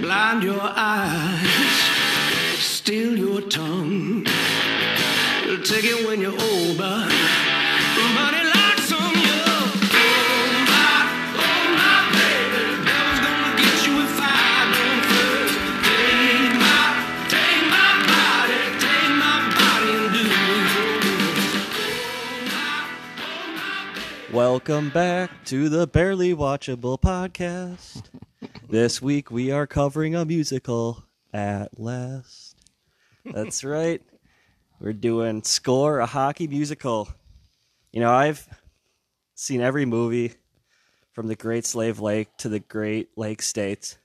Blind your eyes, steal your tongue. Take it when you're old, but, but it locks on you. Oh my, oh my baby, devil's gonna get you if I don't first. Take my, take my body, take my body and do your Welcome back to the Barely Watchable podcast. this week we are covering a musical at last. That's right. We're doing Score, a hockey musical. You know, I've seen every movie from the Great Slave Lake to the Great Lake States.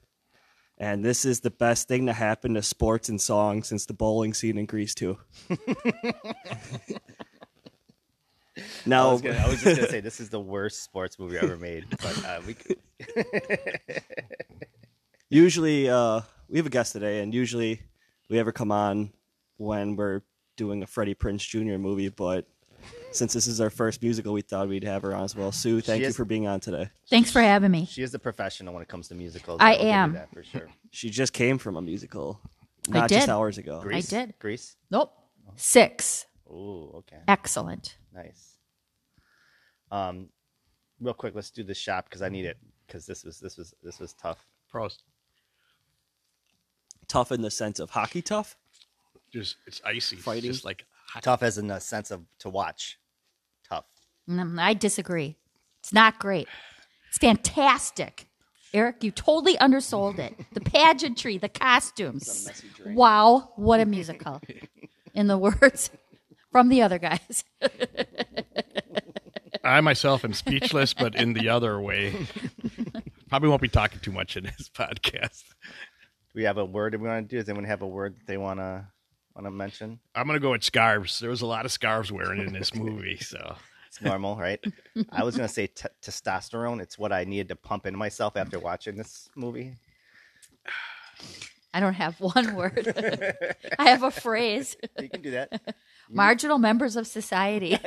And this is the best thing to happen to sports and song since the bowling scene in Greece too. now, I was, gonna, I was just gonna say this is the worst sports movie ever made, but uh, we could, usually uh, we have a guest today, and usually we ever come on when we're doing a Freddie Prince Jr. movie, but since this is our first musical, we thought we'd have her on as well. Sue, thank She you is- for being on today. Thanks for having me. she is the professional when it comes to musicals. I will give you am. that for sure. She just came from a musical, I not just did. hours ago. Grease? did. Grease. Nope. Six. Ooh, okay, Excellent. nice. Um, real quick, let's do the shop because I need it because this was this was this was tough. Prost. Tough in the sense of hockey tough. Just it's icy. Fighting. It's just like hot. Tough as in the sense of to watch. Tough. Mm, I disagree. It's not great. It's fantastic. Eric, you totally undersold it. The pageantry, the costumes. Wow, what a musical. In the words from the other guys. I myself am speechless, but in the other way. Probably won't be talking too much in this podcast. Do we have a word that we want to do? Does anyone have a word that they wanna wanna mention? I'm gonna go with scarves. There was a lot of scarves wearing in this movie, so It's normal, right? I was gonna say t- testosterone. It's what I needed to pump into myself after watching this movie. I don't have one word. I have a phrase. You can do that. Marginal members of society.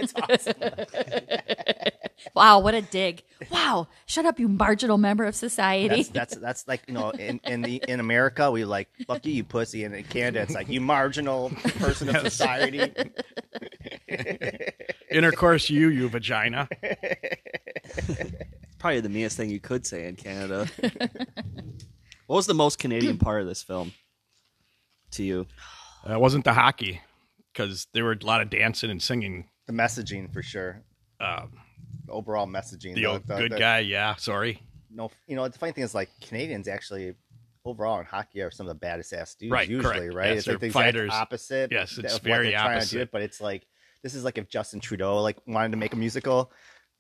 wow, what a dig. Wow, shut up, you marginal member of society. That's that's that's like you know in, in the in America we like fuck you you pussy and in Canada it's like you marginal person of society. intercourse, you, you vagina. Probably the meanest thing you could say in Canada. what was the most Canadian part of this film to you? Uh, it wasn't the hockey because there were a lot of dancing and singing. The messaging for sure. Um, overall messaging. The old good guy, yeah. Sorry, No, you know the funny thing is like Canadians actually overall in hockey are some of the baddest ass dudes Right, usually correct. right. it's Yes, like the they're exact fighters. opposite. Yes, it's of what very they're trying to do opposite. it, but it's like this is like if Justin Trudeau like wanted to make a musical.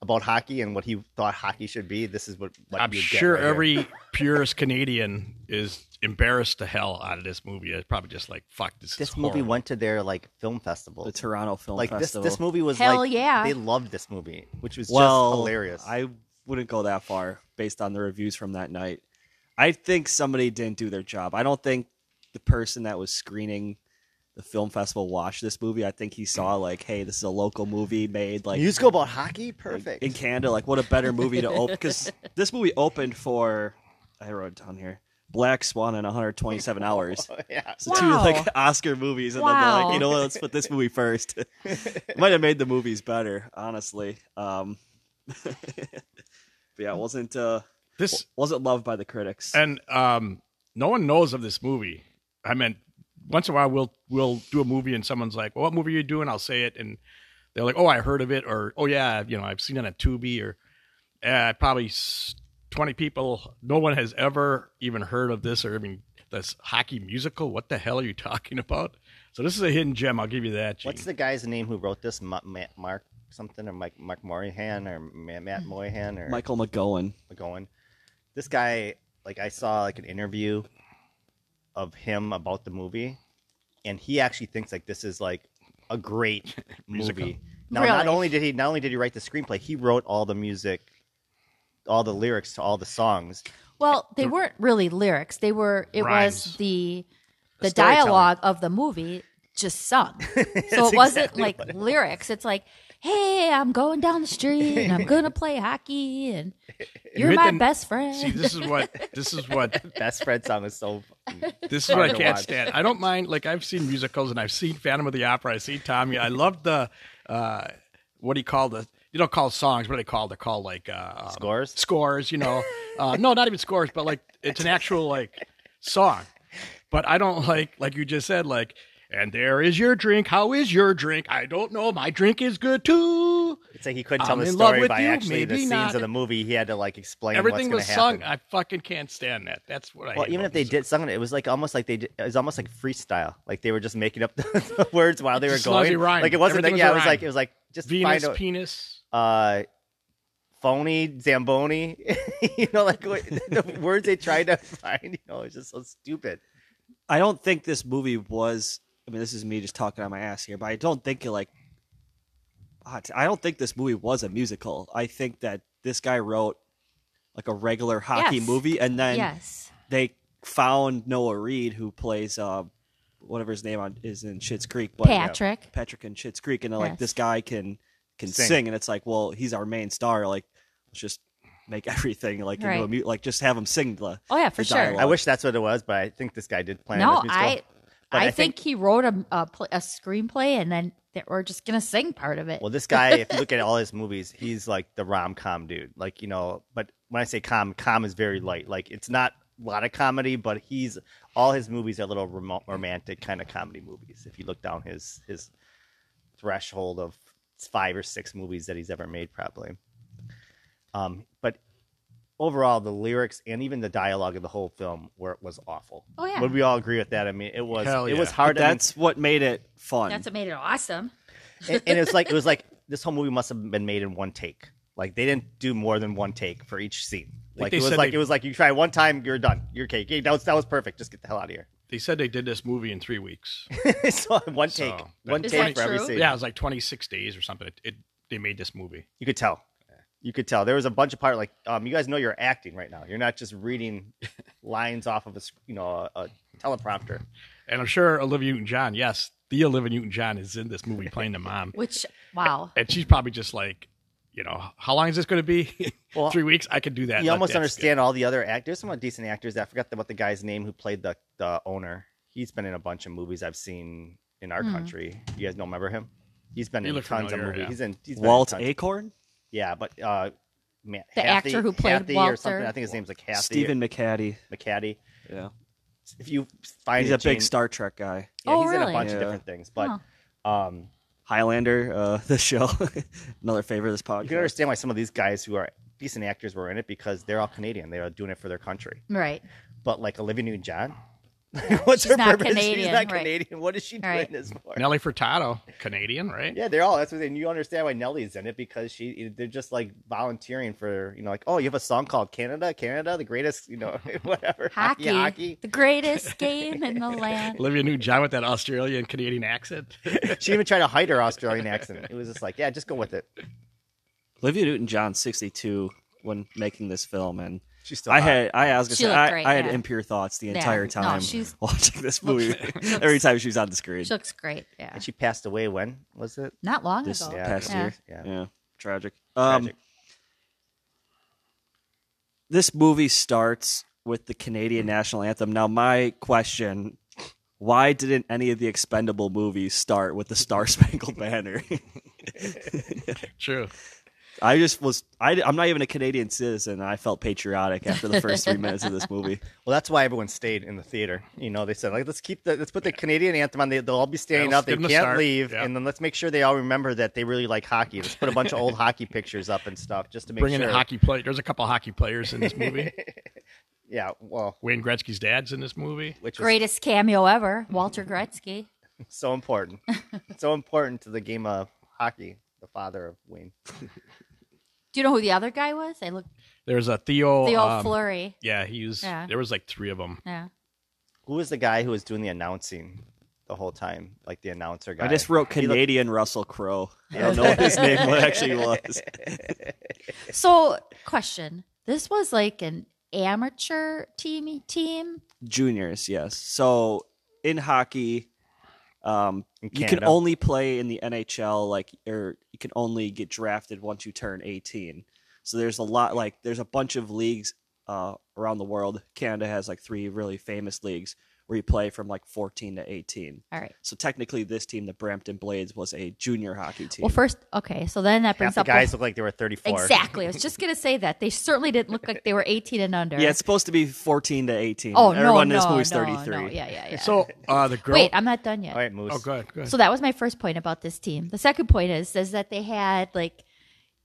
About hockey and what he thought hockey should be. This is what, what I'm you'd get sure right here. every purist Canadian is embarrassed the hell out of this movie. It's probably just like fuck. This, this is movie horrible. went to their like film festival. The Toronto Film like Festival. this this movie was Hell like yeah. they loved this movie which was just hilarious I wouldn't go that far based on the reviews from that night. I think somebody didn't do their job. I don't think the person that was screening the film festival watched this movie. I think he saw like, hey, this is a local movie made like musical about hockey perfect in Canada. Like, what a better movie to open because this movie opened for I wrote it down here Black Swan in 127 hours. Oh, yeah So two Wow. like Oscar movies, and then they're like, Wow. you know what? Let's put this movie first. It Might have made the movies better, honestly. Um, but yeah, it wasn't uh, this wasn't loved by the critics. And um, no one knows of this movie. I mean, once in a while we'll we'll do a movie and someone's like, "Well, what movie are you doing?" I'll say it, and they're like, "Oh, I heard of it," or "Oh yeah, you know, I've seen it on Tubi," or uh, probably s- twenty people. No one has ever even heard of this, or I mean, this hockey musical. What the hell are you talking about? So this is a hidden gem. I'll give you that. Gene. what's the guy's name who wrote this Ma- Ma- mark something or mike mark moynihan or Ma- matt moynihan or Michael McGowan. mcgowan this guy like i saw like an interview of him about the movie and he actually thinks like this is like a great Musical. movie now not Really? only did he not only did he write the screenplay he wrote all the music all the lyrics to all the songs Well, they weren't really lyrics. They were. It Rhymes. was the the Storytelling. dialogue of the movie just sung. So it wasn't exactly like what it lyrics. It's like, hey, I'm going down the street and I'm going to play hockey and you're You're my the- best friend. See, this is what this is what Best Friend song is so. fucking- This is Hard what I to can't watch. stand. I don't mind. Like I've seen musicals and I've seen Phantom of the Opera. I see Tommy. I love the uh, what do you call the you don't call songs. What do they call? They call like uh, um, Scores? Scores. You know, uh, no, not even scores, but like it's an actual like song. But I don't like like you just said like. And there is your drink. How is your drink? I don't know. My drink is good too. It's like he couldn't tell I'm the in love story with by you, actually the maybe scenes not. of the movie. He had to like explain Everything was what's going to sung. happen. I fucking can't stand that. That's what I. well, hate even about if they musicals. did sung it, it was like almost like they did, it was almost like freestyle. Like they were just making up the, the words while they were Just as long as going. they rhymed. Like it wasn't. Everything Like, was yeah, a it was rhyme. like it was like just Venus, find penis. a uh, phony Zamboni. you know, like what, the words they tried to find. You know, it's just so stupid. I don't think this movie was. I mean, this is me just talking on my ass here, but I don't think it like. Ah, t- I don't think this movie was a musical. I think that this guy wrote like a regular hockey Yes. movie, and then yes. they found Noah Reed, who plays uh, whatever his name on, is in Schitt's Creek, but Patrick. Patrick and Schitt's Creek, and they're like Yes. this guy can can sing. Sing. and it's like, well, he's our main star. Like, let's just make everything like into a Right. mu- like just have him sing the. Oh, yeah, for the sure. dialogue. I wish that's what it was, but I think this guy did plan. No, this musical. I, But I, I think, think- he wrote a, a, pl- a screenplay and then they we're just going to sing part of it. Well, this guy, if you look at all his movies, he's like the rom com dude. Like, you know, but when I say com, com is very light. Like, it's not a lot of comedy, but he's all his movies are little rom- romantic kind of comedy movies. If you look down his his threshold of five or six movies that he's ever made, probably. Um, but overall, the lyrics and even the dialogue of the whole film were was awful. Oh, yeah. would we all agree with that? I mean, it was Hell it was yeah. But hard. I mean, that's what made it fun. That's what made it awesome. and, and it was like it was like this whole movie must have been made in one take. Like they didn't do more than one take for each scene. Like, they it was said like they- it was like you try one time, you're done. You're okay. Okay, That was that was perfect. Just get the hell out of here. They said they did this movie in three weeks. so one take, So, one Is take that for every true? scene. Yeah, it was like 26 days or something. It, it they made this movie. you could tell. You could tell there was a bunch of part like um, you guys know you're acting right now. You're not just reading lines off of a sc- you know a, a teleprompter. And I'm sure Olivia Newton-John, yes, the Olivia Newton-John is in this movie playing the mom. Which, wow. And she's probably just like, you know, how long is this going to be? Well, Three weeks? I could do that. you Let almost that understand all the other actors. Some decent actors. I forgot about the guy's name who played the the owner. He's been in a bunch of movies I've seen in Hmm. our country. You guys don't remember him? He's been You in look tons familiar, of movies. yeah. He's in he's been in Walt tons. Acorn, Yeah, but uh, man, The Hathi- actor who played Hathi or Walter. something. I think his name's like Hathi Stephen McCaddy. McCaddy. Yeah, If you find he's it, a big Gene- Star Trek guy. Yeah, Oh, he's in really? a bunch Yeah. of different things, but um, Highlander, uh, the show, another favorite of this you can podcast. understand why some of these guys who are decent actors were in it because they're all Canadian. They are doing it for their country. Right. but like Olivia Newton John. What's she's her not purpose? Canadian, she's not right. Canadian. What is she doing Right. this for? Nelly Furtado, Canadian, right? Yeah, they're all that's what and you understand why Nelly's in it because she eh, they're just like volunteering for you know like oh you have a song called Canada Canada the greatest you know whatever Hockey, hockey The greatest game in the land. Olivia Newton-John with that Australian Canadian accent. she even tried to hide her Australian accent it was just like yeah just go with it Olivia Newton-John, sixty-two, when making this film, and she's still I hot. had I, I was gonna She say looked I, great, I had yeah. impure thoughts the Yeah, entire no, time she's- watching this movie. looks- Every time she was on the screen She looks great. Yeah. and she passed away when was it Not long this ago. yeah. past Yeah. year. Yeah. yeah, tragic. Um, Tragic. this movie starts with the Canadian national anthem. Now, my question: Why didn't any of the Expendable movies start with the Star Spangled Banner? True. I just was I, I'm not even a Canadian citizen. And I felt patriotic after the first three minutes of this movie. well that's why everyone stayed in the theater you know they said like let's keep the let's put the Canadian anthem on they, they'll all be standing Yeah, let's up they give 'em a can't start. leave Yeah. and then let's make sure they all remember that they really like hockey let's put a bunch of old hockey pictures up and stuff just to make Bringing sure in hockey play. There's a couple hockey players in this movie. yeah well Wayne Gretzky's dad's in this movie. which was Greatest cameo ever, Walter Gretzky. so important. so important to the game of hockey, the father of Wayne. Do you know who the other guy was? I looked There's a Theo. the old um, Flurry. Yeah, he was. Yeah. There was like three of them. Yeah. Who was the guy who was doing the announcing the whole time? Like the announcer guy. I just wrote He looked- Canadian Russell Crowe. I don't know what his name actually was. So, question: This was like an amateur team team. Juniors, yes. So in hockey, Um, In you can Canada? only play in the NHL, like, or you can only get drafted once you turn 18. So there's a lot, like, there's a bunch of leagues uh, around the world. Canada has like three really famous leagues where you play from like 14 to 18. All right. So technically, this team, the Brampton Blades, was a junior hockey team. Well, first, okay. So then that Half brings the up guys look like they were 34. exactly. I was just gonna say that they certainly didn't look like they were eighteen and under. yeah, it's supposed to be 14 to 18. Oh no, Everyone in this no, movie's no, 33. no. Yeah, yeah, yeah. So uh, the girl. wait, I'm not done yet. All right, Moose. oh, good, good. So that was my first point about this team. The second point is is that they had like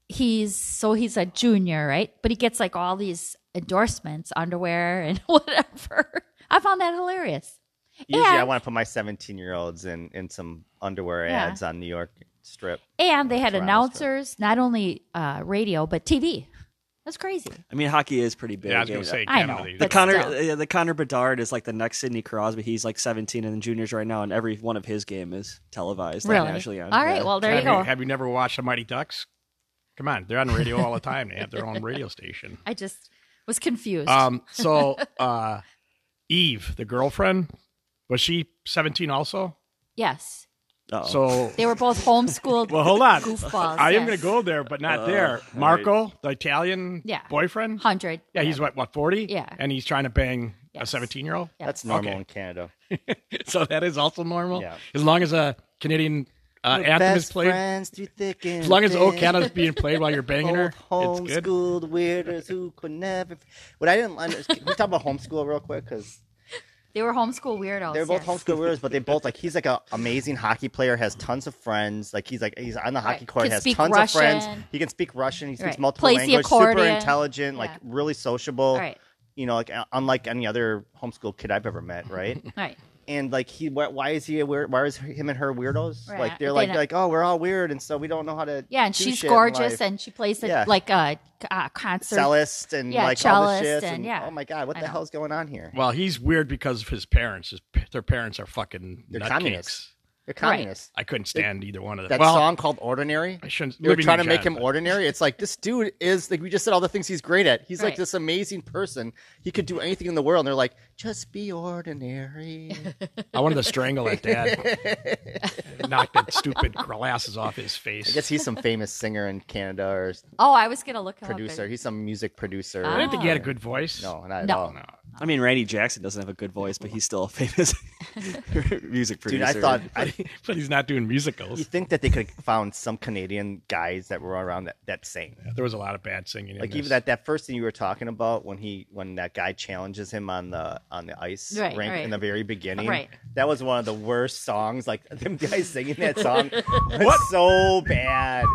he's so he's a junior, right? But he gets like all these endorsements, underwear and whatever. I found that hilarious. Usually, I And- want to put my 17 year olds in in some underwear Yeah. ads on New York Strip. And they had Toronto's announcers, not only uh, radio but TV. That's crazy. I mean, hockey is pretty big. yeah, I was gonna and- say I Canada. know, these The But days. Connor, still. uh, the Connor Bedard is like the next Sidney Crosby. He's like 17 and in juniors right now, and every one of his game is televised. like, Really? nationally on- All right, yeah. well there you go. have, have you never watched the Mighty Ducks? Come on, they're on the radio all the time. They have their own radio station. I just was confused. Um, so uh, Eve, the girlfriend, was she 17 also? yes. Uh-oh. So Oh. They were both homeschooled. well, hold on. Goofballs, I am yes. going to go there, but not Uh, there. all right. Marco, the Italian Yeah. boyfriend. hundred. Yeah, he's what, what, 40? Yeah. And he's trying to bang a Yes. 17 year old? That's normal Okay. in Canada. so that is also normal. Yeah. As long as a Canadian uh, anthem is played, friends through thick and as long as "Oh thin. Canada" is being played while you're banging her, it's Old good. homeschooled weirdos who could never. What I didn't understand. we talk about homeschool real quick because They were homeschool weirdos. they're both yes. homeschool weirdos, but they both like he's like an amazing hockey player, has tons of friends. Like he's like he's on the hockey Right. court, Can has speak tons of friends. Russian. He can speak Russian. He speaks Right. multiple Plays the languages. Super accordion. intelligent, like Yeah. really sociable. All right. You know, like uh, unlike any other homeschool kid I've ever met, right? All right. and like he why, why is he a weird why is him and her weirdos Right. like they're They like don't- like oh we're all weird and so we don't know how to Yeah, and do she's shit in gorgeous, life." and she plays at Yeah. like a uh, concert. cellist and Yeah, like all the cellist shit and- and, yeah. oh my god what I the know. hell's going on here Well, he's weird because of his parents. His, their parents are fucking They're nutcakes. communists. they're communists I couldn't stand either one of them. that well, song called ordinary I shouldn't. you're Living trying to in make him John, but- ordinary it's like this dude is like we just said all the things he's great at he's Right. like this amazing person he could do anything in the world and they're like just be ordinary I wanted to strangle that dad. Knock that stupid glasses off his i face. guess he's some famous singer in canada or Oh, I was gonna look him producer Up he's some music producer I didn't think he had a good voice. no not at Ah. No. all No. I mean, Randy Jackson doesn't have a good voice, but he's still a famous music producer. dude i thought I, But he's not doing You musicals. think that they could have found some Canadian guys that were around that, that sang. There was a lot of bad singing. in Like this. even that, that first thing you were talking about when he when that guy challenges him on the on the ice Right, rink right. in the very beginning. Right. That was one of the worst songs. Like them guys singing that song was so bad.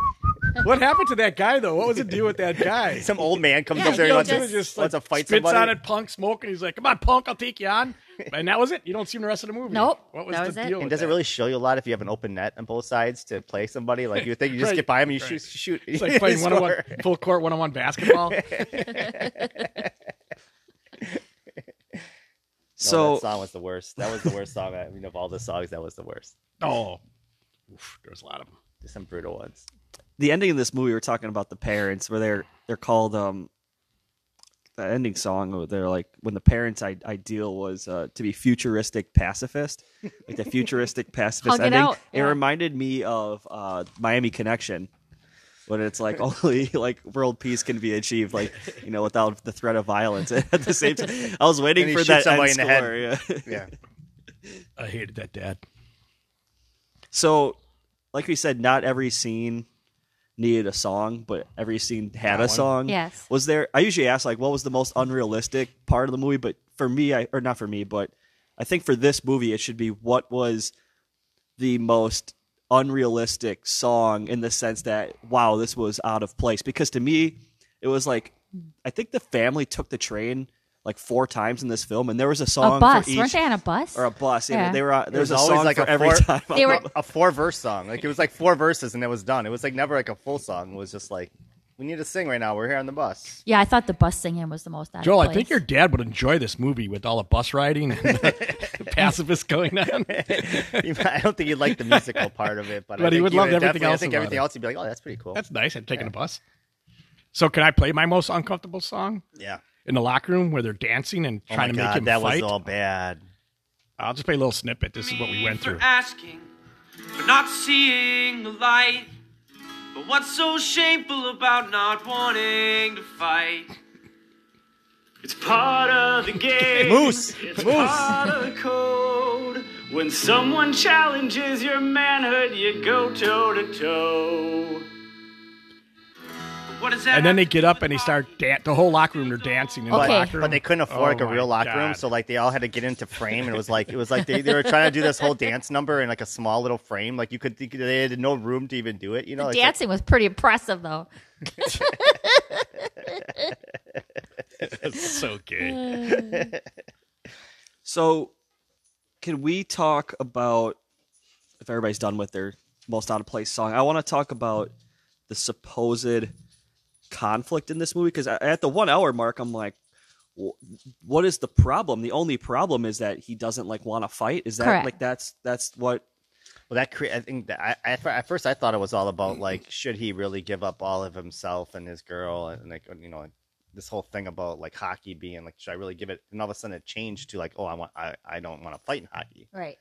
What happened to that guy though? What was the deal with that guy? Some old man comes Yeah, up there and he'll wants, just- to, just like, wants to fight spits somebody. on it, punk smoke, and he's like, "Come on, punk, I'll take you on." And that was it. You don't see him the rest of the movie. Nope, What was that the was it. deal? And And with does that? it really show you a lot if you have an open net on both sides to play somebody? Like you think you just Right, get by him and you right. shoot shoot. It's like playing one on one score. full court one on one basketball. No, so. that song was the worst. That was the worst song. I mean, of all the songs, that was the worst. oh, Oof, there's a lot of them. There's some brutal ones. the ending of this movie, we are talking about the parents, where they're they're called um, the ending song. oh, They're like when the parents' I- ideal was uh, to be futuristic pacifist, like the futuristic pacifist Hug it ending. out, It yeah. reminded me of uh, Miami Connection, when it's like only like world peace can be achieved, like you know, without the threat of violence. At the same time, I was waiting And he for shoots that end somebody in the head. score, yeah. Yeah. I hated that dad. So, like we said, not every scene needed a song, but every scene had a song. Yes. Was there? I usually ask like, what was the most unrealistic part of the movie? But for me, I or not for me, but I think for this movie, it should be what was the most unrealistic song in the sense that wow, this was out of place. Because to me, it was like I think the family took the train like four times in this film, and there was a song a bus. for each Weren't they on a bus? or a bus. Yeah, Yeah. they were. on- There was, was a always song like for a every four- time. They were- a four verse song. Like it was like four verses and it was done. It was like never like a full song. It was just like we need to sing right now. We're here on the bus. yeah, I thought the bus singing was the most. Out of Joel, I place. think your dad would enjoy this movie with all the bus riding and the pacifist going on. I don't think you'd like the musical part of it, but, I But he think would love everything definitely- I else think about everything it. else, you'd be like, oh, that's pretty cool. That's nice. I'm taking a bus. So can I play my most uncomfortable song yeah. in the locker room where they're dancing and Oh trying my to God, make him that fight? was all bad. I'll just play a little snippet. This is what we went through. For asking, for not seeing the light. But what's so shameful about not wanting to fight? It's part of the game. Moose. It's part of the code. When someone challenges your manhood, you go toe to toe. What does that And then they have to get do up with and they hockey? start dan- the whole locker room. They're dancing in Okay. the locker room. But they couldn't afford Oh like a my real locker room, God. so like they all had to get into frame, and it was like it was like they, they were trying to do this whole dance number in like a small little frame. Like you could, you could- they had no room to even do it. You know, It's like- Dancing was pretty impressive, though. That's so Uh, gay. So, can we talk about if everybody's done with their most out of place song? I want to talk about the supposed conflict in this movie because at the one hour mark, I'm like, "Wh- what is the problem? The only problem is that he doesn't like want to fight. Is that Correct. like that's that's what? Well, that cre- I think that I, I at first I thought it was all about like should he really give up all of himself and his girl and like you know this whole thing about like hockey being like should I really give it and all of a sudden it changed to like oh I want I, I don't want to fight in hockey Right.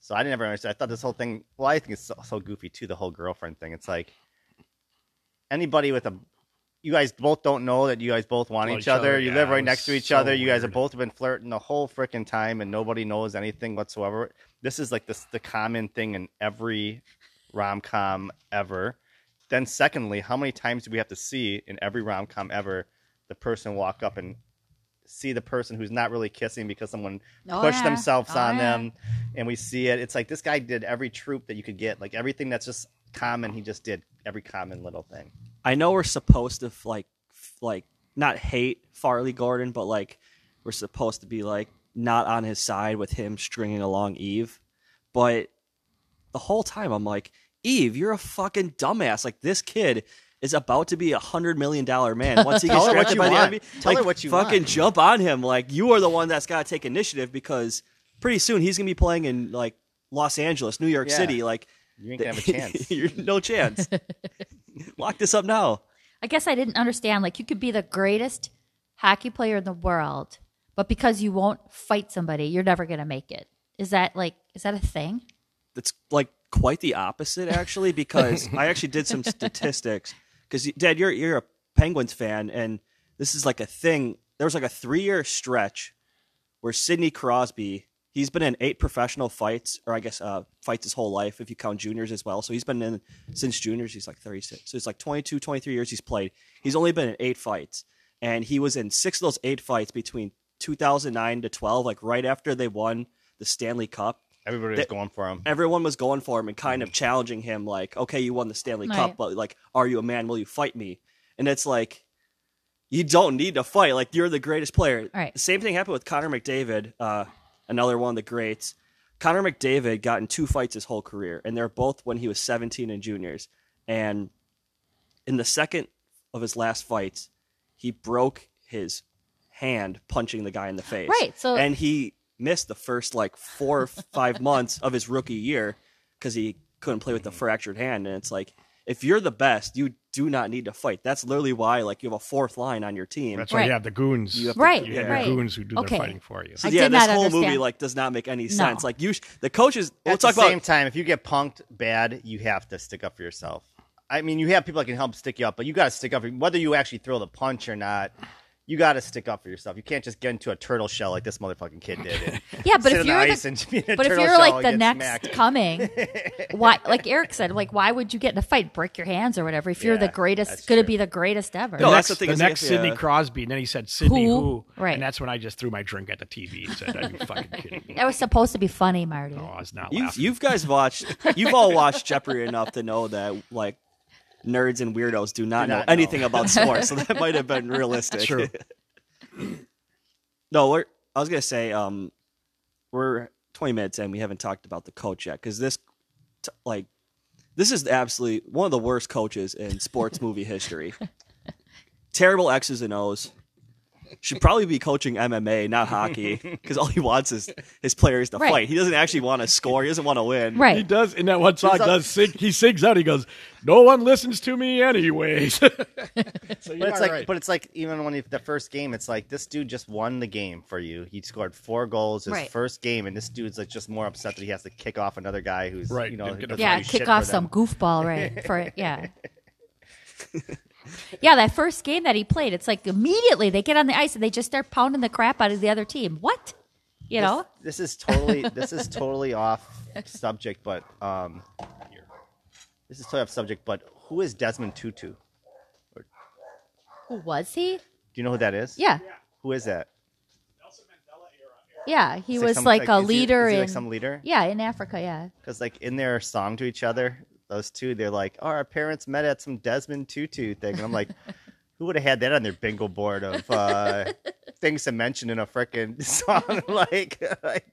so I never understood I thought this whole thing well I think it's so, so goofy too the whole girlfriend thing it's like anybody with a you guys both don't know that you guys both want Well, each other. You yeah, live it right was next to each so other. You guys have weird. both been flirting the whole freaking time, and nobody knows anything whatsoever. This is like this the common thing in every rom com ever. Then, secondly, how many times do we have to see in every rom com ever the person walk up and see the person who's not really kissing because someone Oh, pushed yeah. themselves Oh, on yeah. them, and we see it. It's like this guy did every troop that you could get, like everything that's just common. He just did every common little thing. I know we're supposed to like f- like not hate Farley Gordon, but like we're supposed to be like not on his side with him stringing along Eve. But the whole time I'm like, Eve, you're a fucking dumbass. Like this kid is about to be a hundred million dollar man. Once he gets Tell her what drafted you by want. the NBA, Tell like, her what you fucking want. jump on him. Like you are the one that's got to take initiative because pretty soon he's gonna be playing in like Los Angeles, New York Yeah. City. Like You ain't gonna have a chance. you're no chance. Lock this up now. I guess I didn't understand. Like, you could be the greatest hockey player in the world, but because you won't fight somebody, you're never going to make it. Is that like, is that a thing? it's like quite the opposite actually because I actually did some statistics because Dad, you're you're a Penguins fan and this is like a thing. There was like a three year stretch where Sidney Crosby he's been in eight professional fights or I guess uh, fights his whole life if you count juniors as well. So he's been in since juniors he's like 36. So it's like 22, 23 years he's played. He's only been in eight fights and he was in six of those eight fights between 2009 to 12 like right after they won the Stanley Cup Everybody was going for him. everyone was going for him and kind of challenging him like okay you won the stanley cup Mm-hmm. Right. but like are you a man will you fight me and it's like you don't need to fight like you're the greatest player Right. the same thing happened with connor mcdavid uh, another one of the greats connor mcdavid got in two fights his whole career and they're both when he was 17 and juniors and in the second of his last fights he broke his hand punching the guy in the face Right, so- and he missed the first like four or five months of his rookie year because he couldn't play with the fractured hand. And it's like, if you're the best, you do not need to fight. That's literally why, like, you have a fourth line on your team. That's why you Right. have the goons. You have to- Right. You have right. your goons who do Okay. their fighting for you. I yeah, did this not whole understand. movie like does not make any sense. Like, you, sh- the coaches. we'll At the talk about same time, if you get punked bad, you have to stick up for yourself. I mean, you have people that can help stick you up, but you got to stick up for whether you actually throw the punch or not. You got to stick up for yourself. You can't just get into a turtle shell like this motherfucking kid did. and Yeah, but sit if on you're the the- ice and be in a but if turtle you're shell like the and get next smacked. coming, why? Like Eric said, like why would you get in a fight, break your hands or whatever? If you're the Yeah, greatest, that's going to true. be the greatest ever. No, that's next, the thing the is next if, Sidney uh, Crosby, and then he said Sidney Who? who, Right. and that's when I just threw my drink at the TV and said, "Are you fucking kidding me?" that was supposed to be funny, Marty. Oh, I was not you've, laughing. you've guys watched, you've all watched Jeopardy enough to know that, like, nerds and weirdos do not, Do know, not know. anything about sports. so that might have been realistic. True. No, we're, I was gonna say um, we're 20 minutes and we haven't talked about the coach yet because this, t- like, this is absolutely one of the worst coaches in sports movie history. Terrible X's and O's. should probably be coaching MMA, not hockey, because all he wants is his players to Right. fight. He doesn't actually want to score. He doesn't want to win. He Right. does in that one song. not- Does sing, he sings out? He goes, "No one listens to me, anyways." so But you're it's not like, right. but it's like even when you, the first game, it's like this dude just won the game for you. He scored four goals his Right. first game, and this dude's like just more upset that he has to kick off another guy who's Right, You know, and get a doesn't Yeah, do shit kick for off them. some goofball, right? For yeah. Yeah, that first game that he played, it's like immediately they get on the ice and they just start pounding the crap out of the other team. What? You This- know? this, is totally this is totally off subject, but um, this is totally off subject. But who is Desmond Tutu? Do Who was he? you know who that is? Yeah. Who is that? Yeah, he Is was some- like, a is he- leader is he, in like some leader. Yeah, in Africa, yeah. Because like in their song to each other, those two, they're like, "Oh, our parents met at some Desmond Tutu thing," and I'm like, "Who would have had that on their bingo board of uh, things to mention in a frickin' song like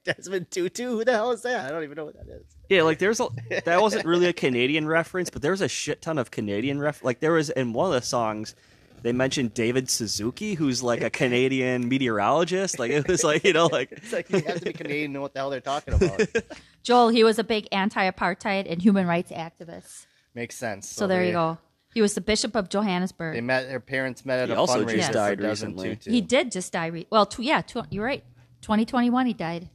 Desmond Tutu? Who the hell is that? I don't even know what that is." Yeah, like there's a that wasn't really a Canadian reference, but there was a shit ton of Canadian ref. Like there was in one of the songs, they mentioned David Suzuki, who's like a Canadian meteorologist. Like it was like you know like It's like you have to be Canadian to know what the hell they're talking about. Joel, he was a big anti-apartheid and human rights activist. Makes sense. Oh, So there they- you go. He was the bishop of They Johannesburg. met. Their parents met at He a also fundraiser just for died Desmond recently. Tutu. He did just die. Re- well, tw- yeah, tw- you're right. 2021, he died.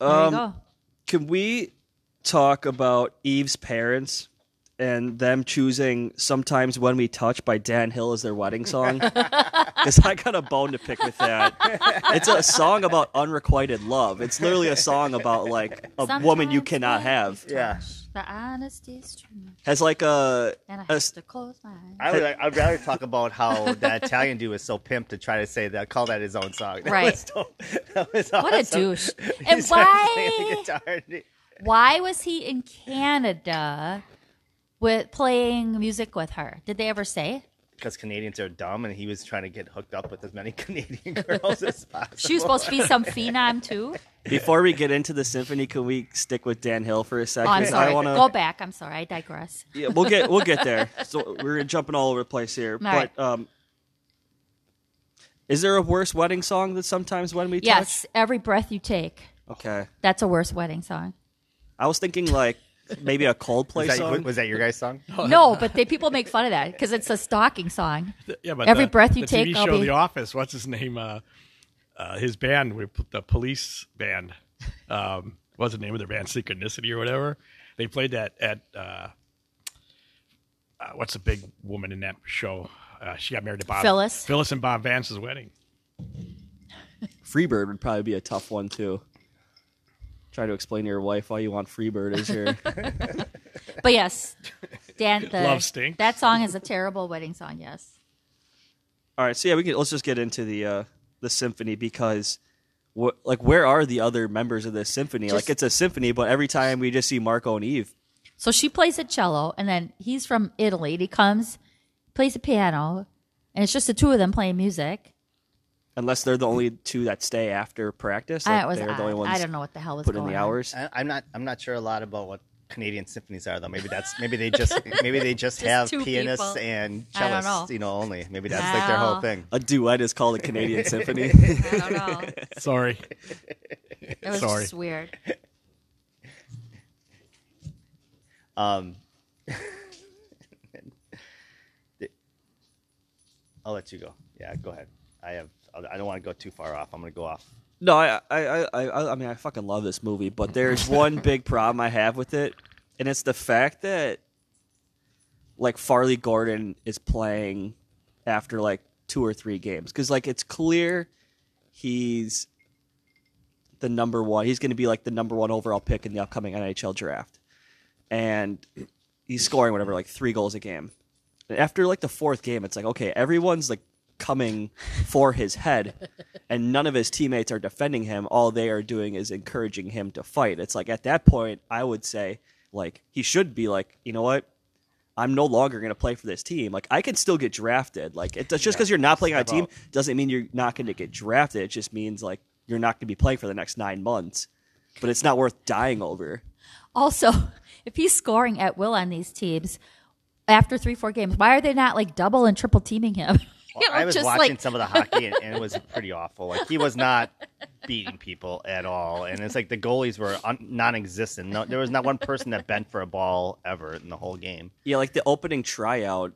There you um, go. can we talk about Eve's parents and them choosing "Sometimes When We Touch" by Dan Hill as their wedding song? Because I got a bone to pick with that. It's a song about unrequited love. It's literally a song about like a woman you Sometimes cannot when have. we Yeah. touch, The honesty is true, Has like a, and I a have s- to close my eyes. I would. I'd rather talk about how that Italian dude was so pimped to try to say that. Call that his own song. That Right. was dope. That was What a awesome. douche. He And started playing why? the guitar and he- Why was he in Canada with playing music with her? Did they ever say? because Canadians are dumb, and he was trying to get hooked up with as many Canadian girls as possible. She was supposed to be some phenom too. Before we get into the symphony, can we stick with Dan Hill for a Oh, second? I'm sorry. I wanna, Go back. I'm sorry. I digress. Yeah, we'll get we'll get there. So we're jumping all over the place here. but right. um, is there a worse wedding song that sometimes when we Yes, every breath you take. touch? Okay, That's a worse wedding song. I was thinking like maybe a Coldplay Was that, song. was that your guys' song? Oh, No, but they people make fun of that because it's a stalking song. yeah, but every the- breath you the take, TV I'll show be- The Office. What's his name? Uh, uh, his band, we put the police band. Um, what's the name of their band? Synchronicity or whatever. They played that at uh, uh, what's the big woman in that show? Uh, she got married to Bob Phyllis. Phyllis and Bob Vance's wedding. Freebird would probably be a tough one too. Try to explain to your wife why you want Freebird as your. But yes, Dan, the, Love stinks. That song is a terrible wedding song. Yes, All right, so yeah, we can let's just get into the uh the symphony because what like where are the other members of this symphony? like Just- it's a symphony, but every time we just see Marco and Eve. so she plays a cello, and then he's from Italy. And he comes, plays the piano, and it's just the two of them playing music. Unless they're the only two that stay after practice, I, like it was they're the odd. only ones I don't know what the hell was put in going the on. hours. I, I'm not. I'm not sure a lot about what Canadian symphonies are, though. Maybe that's. Maybe they just. Maybe they just, Just have two pianists people. and I don't cellists, know. you know, only. Maybe that's like their Wow. whole thing. A duet is called a Canadian symphony. I don't know. Sorry, It was Sorry. just weird. Um, I'll let you go. Yeah, go ahead. I have. I don't want to go too far off. I'm going to go off. No, I, I, I, I, I mean, I fucking love this movie, but there's one big problem I have with it, and it's the fact that, like, Farley Gordon is playing after like two or three games because, like, it's clear he's the number one. He's going to be like the number one overall pick in the upcoming NHL draft, and he's scoring whatever, like three goals a game. And after like the fourth game, it's like okay, everyone's like coming for his head, and none of his teammates are defending him. All they are doing is encouraging him to fight. It's like at that point, I would say like he should be like, you know what? I'm no longer going to play for this team. Like I can still get drafted. Like it, just because you're not playing on a team doesn't mean you're not going to get drafted. It just means like you're not going to be playing for the next nine months. But it's not worth dying over. Also, if he's scoring at will on these teams after three, four games, why are they not like double and triple teaming him? It I was just watching like- some of the hockey, and, and it was pretty awful. Like he was not beating people at all, and it's like the goalies were un- non-existent. No, there was not one person that bent for a ball ever in the whole game. Yeah, like the opening tryout,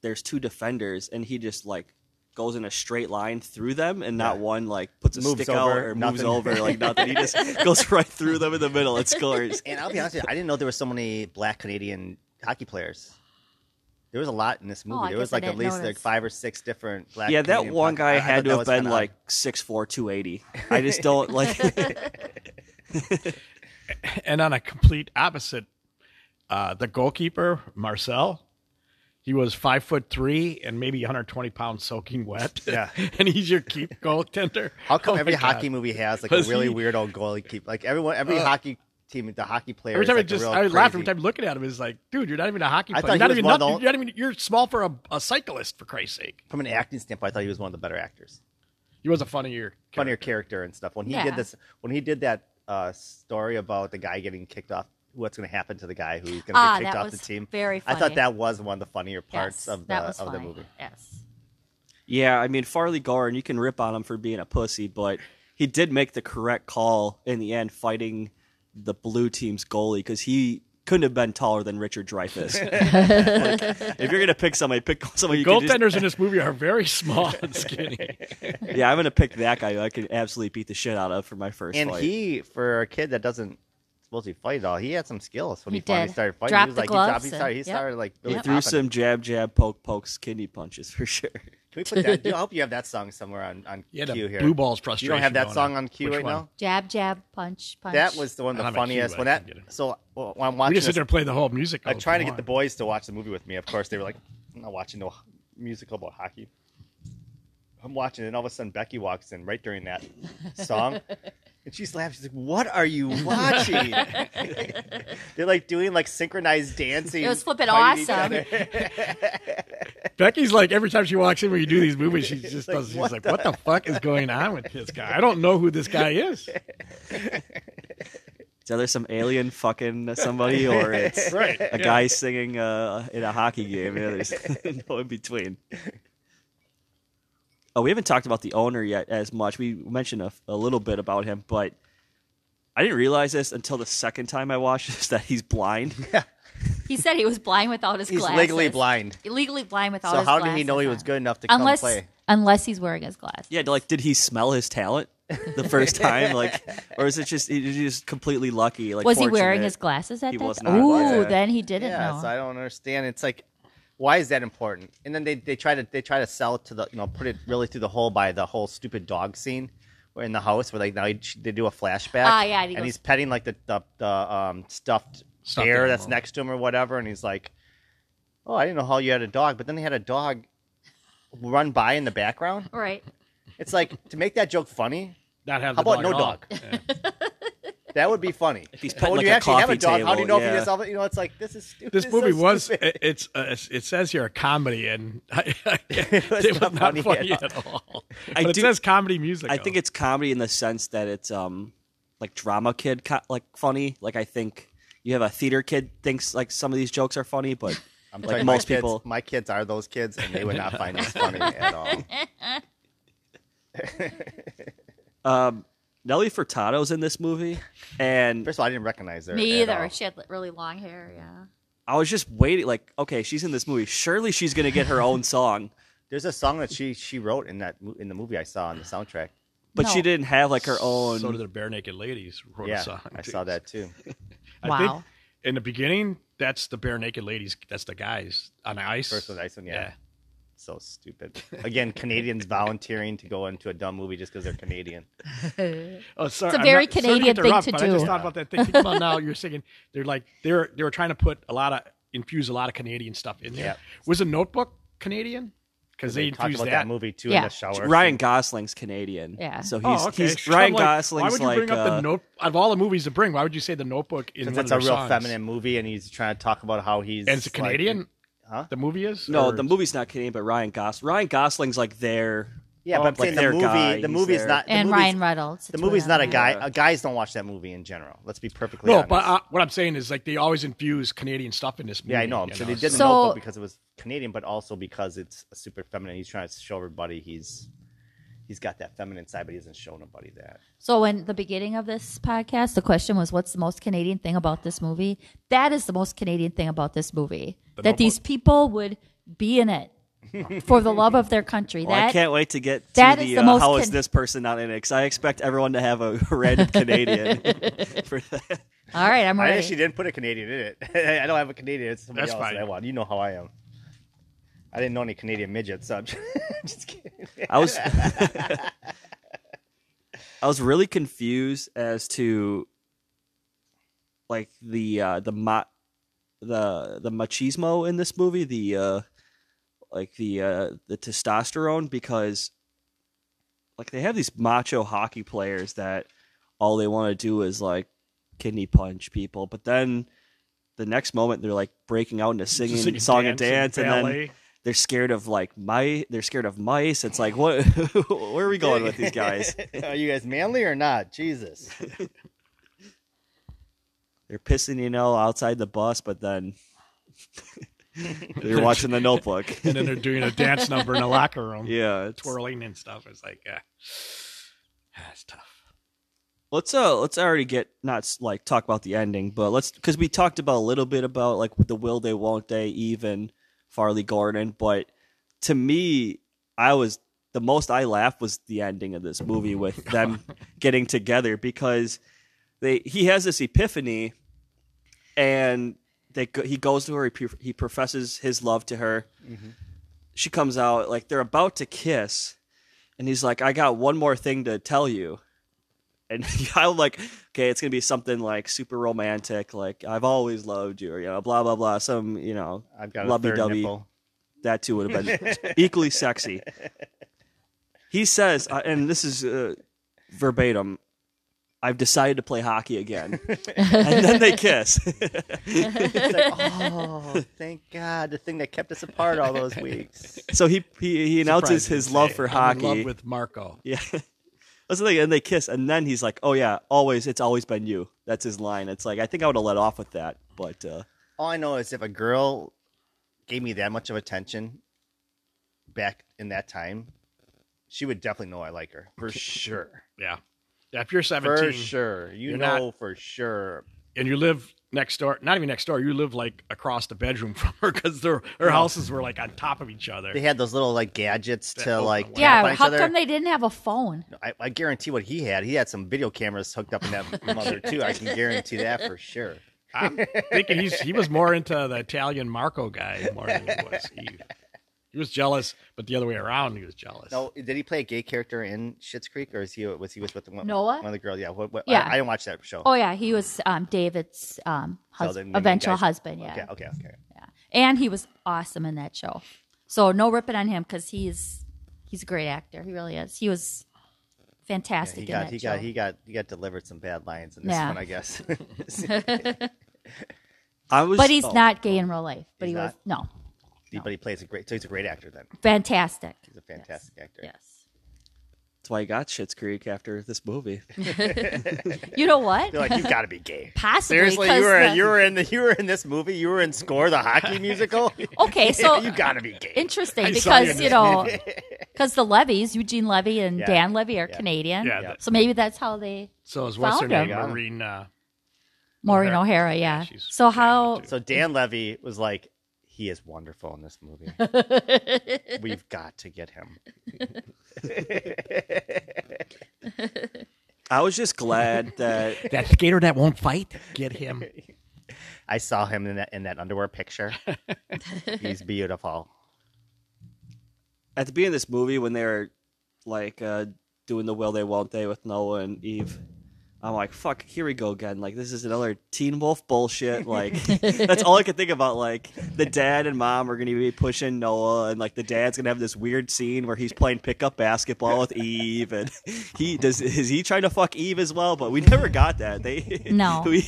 there's two defenders, and he just like goes in a straight line through them, and not Yeah. one like puts a Moves stick out over, or moves nothing. over like nothing. He just goes right through them in the middle and scores. And I'll be honest with you, I didn't know there were so many black Canadian hockey players. There was a lot in this movie. Oh, I there was guess I like at didn't least like notice. five or six different black. yeah, that Canadian one hockey- guy I- I had thought to that have was been kinda like 6'4", 280. I just don't like. and on a complete opposite, uh, the goalkeeper Marcel, he was five foot three and maybe 120 pounds soaking wet. Yeah. and he's your keep goaltender. How come Oh my every God. hockey movie has like Was a really he- weird old goalkeeper? Like everyone, every hockey team, the hockey player. Every is, time I like, a just real I laugh every crazy- time looking at him is like, dude, you're not even a hockey I player. thought You're he not was even one of nothing. the- You're not even you're small for a, a cyclist for Christ's sake. From an acting standpoint, I thought he was one of the better actors, He was a funnier, funnier character and stuff. When he Yeah. did this, when he did that uh, story about the guy getting kicked off, what's going to happen to the guy who's going to Ah, get kicked that off the was team? very I funny. thought that was one of the funnier parts yes, of the that was of the funny. movie. Yes. yeah, I mean Farley Gorin, you can rip on him for being a pussy, but he did make the correct call in the end, fighting the blue team's goalie because he. Couldn't have been taller than Richard Dreyfuss. Like, if you're gonna pick somebody, pick somebody. You can just- Goaltenders in this movie are very small and skinny. yeah, I'm gonna pick that guy. who I could absolutely beat the shit out of for my first And fight. he, for a kid that doesn't supposedly fight at all, he had some skills when he, He finally did. started fighting. Dropped he was the like, gloves he, dropped, he and- started, he yep. started like he really threw popping. some jab, jab, poke, pokes, kidney punches for sure. Can we put that? dude, I hope you have that song somewhere on on Yeah, cue the here. blue balls You frustration. don't have that going song on cue Which right one? now. Jab, jab, punch, punch. That was the one of I the don't have a cue, funniest. but When I that can get it. so well, when I'm We watching, just sit this, there and play the whole music. I'm trying to get the boy. boys to watch the movie with me. Of course, they were like, "I'm not watching no musical about hockey." I'm watching, and all of a sudden Becky walks in right during that song, and she's laughing. She's like, "What are you watching?" They're like doing like synchronized dancing. It was flipping fighting each awesome. other. Becky's like every time she walks in when you do these movies, she just like, does. She's what like, "What the fuck is going on with this guy? I don't know who this guy is." It's either some alien fucking somebody or it's Right? a guy singing uh, in a hockey game. Yeah, there's no in between. Oh, we haven't talked about the owner yet as much. We mentioned a, a little bit about him, but I didn't realize this until the second time I watched this that he's blind. He said he was blind without his He's glasses. legally blind. Legally blind without So his how glasses. did he know he on. was good enough to Unless, come play? unless he's wearing his glasses. Yeah, like did he smell his talent the first time? Like, or is it just he's just completely lucky? Like, was he wearing fortunate? his glasses at He that? was time? not. Ooh, Yeah. then he didn't yeah, know. so I don't understand. It's like, why is that important? And then they, they try to they try to sell it to the you know put it really through the hole by the whole stupid dog scene. Where in the house where like now he, they do a flashback. Ah, yeah, and and, he goes- he's petting like the the, the um, stuffed, Stuffed bear that's animal. next to him or whatever, and he's like, "Oh, I didn't know how you had a dog," but then they had a dog run by in the background. right. It's like to make that joke funny. Not have. How the about no at all. dog? That would be funny. he's But petting, when like, you a actually have a coffee dog, how do table, you know if yeah. you just have it? You know, it's like this is stupid. This is so movie was stupid. it, it's uh, it says here a comedy and I, I, it was was not not funny, funny at at all. I But it do- says comedy music. I think it's comedy in the sense that it's um like drama kid co- like funny. Like I think you have a theater kid thinks like some of these jokes are funny, but I'm like telling you, most my kids, people. My kids are those kids, and they would not find this funny at all. Nelly Furtado's in this movie, and First of all, I didn't recognize her. Me at either. all. She had li- really long hair. Yeah. I was just waiting. Like, okay, she's in this movie. Surely she's gonna get her own song. There's a song that she she wrote in that mo- in the movie I saw on the soundtrack. But she No. didn't have like her own. So did the Bare Naked Ladies wrote yeah, a song. I too. saw that too. I think Wow. in the beginning, that's the Bare Naked Ladies. That's the guys on the ice. First one, nice one, yeah. So stupid. Again, Canadians volunteering to go into a dumb movie just because they're Canadian. Oh, sorry. It's a very I'm not- sorry Canadian thing interrupt, to but I just do. thought about that thing. Think about now. You're singing. They're like they're they were trying to put a lot of infuse a lot of Canadian stuff in there. Yeah. Was a notebook Canadian? Because they, They talked infused about that, that. movie too in Yeah. the shower. Ryan Gosling's Canadian. Yeah. So Oh, he's, okay. he's So I'm Ryan like, Gosling's Why would you like bring up uh, the note of all the movies to bring? Why would you say the Notebook in Since one it's of a their real songs? feminine movie, and he's trying to talk about how he's And it's a like- Canadian. Huh? The movie is No, Or- the movie's not Canadian, but Ryan Gos Ryan Gosling's like their Yeah, but I'm like saying the their movie. guy, the he's movie's there. not. The and movie's, Ryan Reynolds. The It's movie's not a whatever. guy. A guys don't watch that movie in general. Let's be perfectly No, honest. but uh, what I'm saying is like they always infuse Canadian stuff in this movie. yeah, I know. you So they did the So- Notebook because it was Canadian, but also because it's a super feminine. He's trying to show everybody he's he's got that feminine side, but he doesn't show nobody that. So, in the beginning of this podcast, the question was, "What's the most Canadian thing about this movie?" That is the most Canadian thing about this movie that these people would be in it for the love of their country. Oh, Well, Oh, I that can't wait to get to that the, is the uh, most how is con- this person not in it? 'cause I expect everyone to have a random Canadian for that. all right, I'm I actually ready. didn't put a Canadian in it. I don't have a Canadian. It's somebody That's else fine. that I want. You know how I am. I didn't know any Canadian midgets, so I'm just, just kidding. I was I was really confused as to like the uh the ma- the the machismo in this movie, the uh like the uh the testosterone because like they have these macho hockey players that all they want to do is like kidney punch people, but then the next moment they're like breaking out into singing, singing song and dance dance and and, ballet. then they're scared of like mice. They're scared of mice. It's like what? where are we going with these guys? Are you guys manly or not? Jesus. They're pissing, you know, outside the bus, but then they're watching The Notebook. and then they're doing a dance number in a locker room, yeah, it's- twirling and stuff. It's like, uh, that's tough. let's uh, let's already get not like talk about the ending, but let's because we talked about a little bit about like the will they, won't they, even Farley Gordon, but to me, I was the most I laughed was the ending of this movie Oh with them getting together because they he has this epiphany and they go, he goes to her he, prof- he professes his love to her Mm-hmm. she comes out like they're about to kiss and he's like i got one more thing to tell you and i'm like okay it's gonna be something like super romantic like i've always loved you or you know blah blah blah some you know I've got a third lovey-dovey nipple. that too would have been equally sexy. He says, uh, and this is uh, verbatim, I've decided to play hockey again. and then they kiss. It's like, oh, thank God, the thing that kept us apart all those weeks. so he, he, he announces Surprising. his love for I'm hockey. in love with Marco. yeah. That's the thing. And they kiss. And then he's like, oh, yeah, always, it's always been you. That's his line. It's like, I think I would have let off with that. But uh, All I know is if a girl gave me that much of attention back in that time, she would definitely know I like her for sure. Yeah. yeah if you're 17 For sure, you You're not- know for sure. and you live next door, not even next door, you live like across the bedroom from her because their her houses were like on top of each other. They had those little like gadgets open to like one. tap on Yeah, each how other. come they didn't have a phone? I, I guarantee what he had. He had some video cameras hooked up in that mother too. I can guarantee that for sure. I'm thinking he's he was more into the Italian Marco guy more than he was Eve. He was jealous, but the other way around, he was jealous. No, did he play a gay character in Schitt's Creek, or is he was he with the one, Noah? one of the girls? Yeah, what, what, Yeah. I, I didn't watch that show. Oh yeah, he was um, David's um, So hus- the main eventual guy's- husband. Yeah, Okay, okay, okay. yeah, and he was awesome in that show. So no ripping on him because he's he's a great actor. He really is. He was Yeah, he fantastic got in that he show. got he got he got delivered some bad lines in this Yeah. one, I guess. I was. but he's oh, not gay in real life. But He's he was no but he plays a great. So he's a great actor. Then fantastic. he's a fantastic actor. Yes. That's why I got Schitt's Creek after this movie. You know what? They're like, you've got to be gay. Possibly. Seriously, you 'cause were the- you were in the you were in this movie. You were in Score, the hockey musical. okay. So you got to be gay. interesting I saw you in because you this know because the Levies, Eugene Levy and Yeah. Dan Levy are Yeah. Canadian. Yeah, that- So maybe that's how they so is what's her Found him. name? Maureen. Uh, Maureen O'Hara. O'Hara, yeah. she's so family how too. so Dan Levy was like, he is wonderful in this movie. We've got to get him. I was just glad that that skater that won't fight, get him. I saw him in that in that underwear picture. He's beautiful. at the beginning of this movie when they were like uh, doing the will they won't they with Noah and Eve, I'm like, fuck, here we go again. Like this is another Teen Wolf bullshit. Like that's all I could think about. Like the dad and mom are gonna be pushing Noah, and like the dad's gonna have this weird scene where he's playing pickup basketball with Eve, and he does is he trying to fuck Eve as well? But we never got that. They No. we,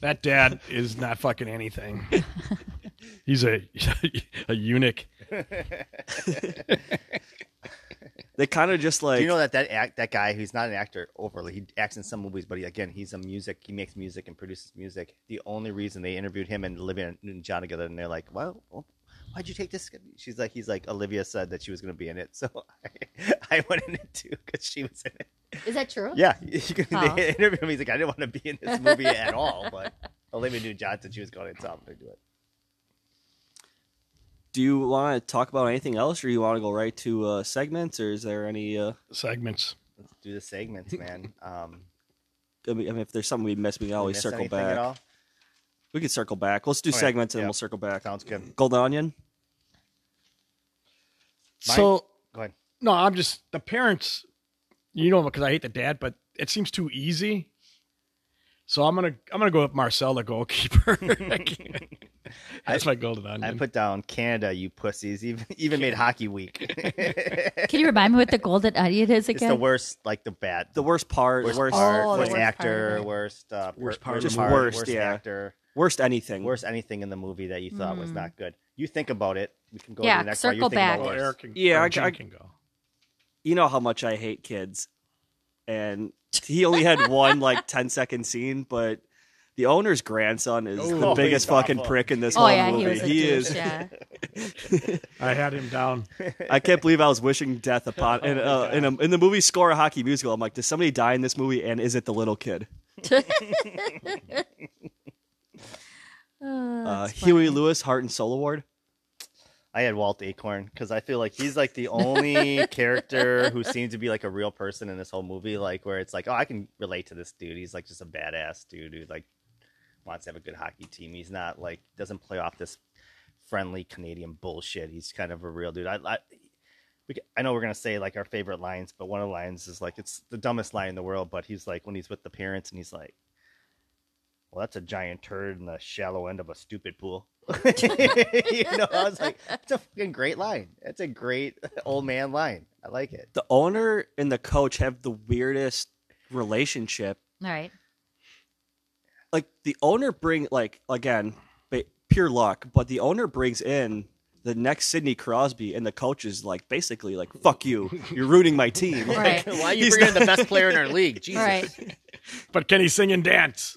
That dad is not fucking anything. He's a a eunuch. They kind of just like Do you know that that act, that guy who's not an actor overly, he acts in some movies, but he, again, he's a music. He makes music and produces music. The only reason they interviewed him and Olivia Newton John together, and they're like, "Well, well, why'd you take this?" She's like, "He's like Olivia said that she was going to be in it, so I, I went in it too because she was in it." Is that true? Yeah, you can, Huh. they interviewed him. He's like, "I didn't want to be in this movie at all," but Olivia Newton John said she was going in, so I'm going to do it. do you want to talk about anything else, or you want to go right to uh, segments, or is there any? Uh, segments. Let's do the segments, man. Um, I mean, I mean, if there's something we missed, we can always miss circle anything At back. all? We can circle back. Let's do Okay, segments and yeah. then we'll circle back. Sounds good. Golden Onion. So Go ahead. no, I'm just the parents. You know, because I hate the dad, but it seems too easy. So I'm gonna I'm gonna go with Marcel, the goalkeeper. That's my golden I onion. put down Canada, you pussies. Even even made hockey week. Can you remind me what the golden onion is it's again? the worst, like the bad, The worst part. worst, Worst. worst, Worst, part. Oh, the worst worst part actor, of it. worst, uh, per- worst part of the part, movie. Worst, yeah. actor, anything. worst anything in the movie that you thought was not good. You think about it. We can go Mm. Yeah, to the next one. You're circle thinking about Well, back. worst. Eric can, Yeah, or I- Gene I- can go. You know how much I hate kids, and he only had one like 10 second scene, but the owner's grandson is the Oh, biggest he's fucking awful. prick in this oh whole yeah, movie. he was a douche, is. Yeah. Uh, I had him down. I can't believe I was wishing death Oh, upon in, uh, in, a, in the movie Score a Hockey Musical. I'm like, does somebody die in this movie? And is it the little kid? Oh, uh, Huey Lewis Heart and Soul Award. I had Walt Acorn because I feel like he's like the only character who seems to be like a real person in this whole movie. Like where it's like, oh, I can relate to this dude. He's like just a badass dude who like wants to have a good hockey team. He's not like doesn't play off this friendly Canadian bullshit. He's kind of a real dude. I I, we, c- I know we're gonna say like our favorite lines, but one of the lines is like it's the dumbest line in the world. But he's like when he's with the parents and he's like. Well, that's a giant turd in the shallow end of a stupid pool. you know, I was like, that's a fucking great line. That's a great old man line. I like it. The owner and the coach have the weirdest relationship. All right. Like the owner bring like again ba- pure luck, but the owner brings in the next Sidney Crosby, and the coach is like basically like "fuck you, you're ruining my team." Like, Right. Why are you He's bringing in the best player in our league? All Jesus. right. But can he sing and dance?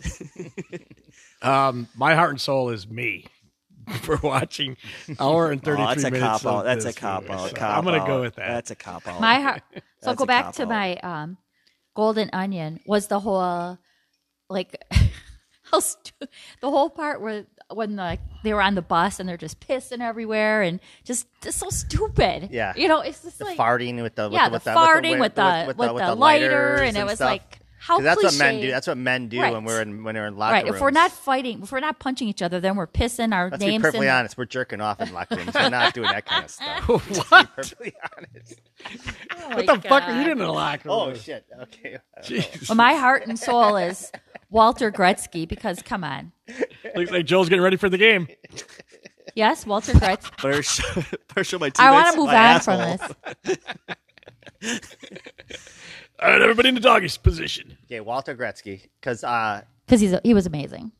um, my heart and soul is me for watching hour and Oh, thirty-three that's a minutes. cop of out. That's a this cop movie. out. So Cop I'm gonna out. go with that. That's a cop out. My heart. So That's go a back to cop-out. my um, golden onion was the whole like how stu- the whole part where when like they were on the bus and they're just pissing everywhere and just, just so stupid. Yeah. You know, it's just The like farting with the with yeah, the, with the the farting with the with with with the lighter, lighters and it was stuff. like how 'Cause that's cliche. what men do. That's what men do when Right. we're in when we're in locker right. rooms. If we're not fighting, if we're not punching each other, then we're pissing our Let's names. be in perfectly the- honest. We're jerking off in locker rooms. We're not doing that kind of stuff. what? perfectly honest. Oh what my the fuck were God. you doing in the locker room? Oh shit. Okay. Jeez. Well, my heart and soul is Walter Gretzky because come on, Looks like Joel's getting ready for the game. yes, Walter Gretzky. Better show, better show my teammates. I want to move my on asshole. from this. All right, everybody in the doggies position. Okay, Walter Gretzky. Because uh, because he's he was amazing.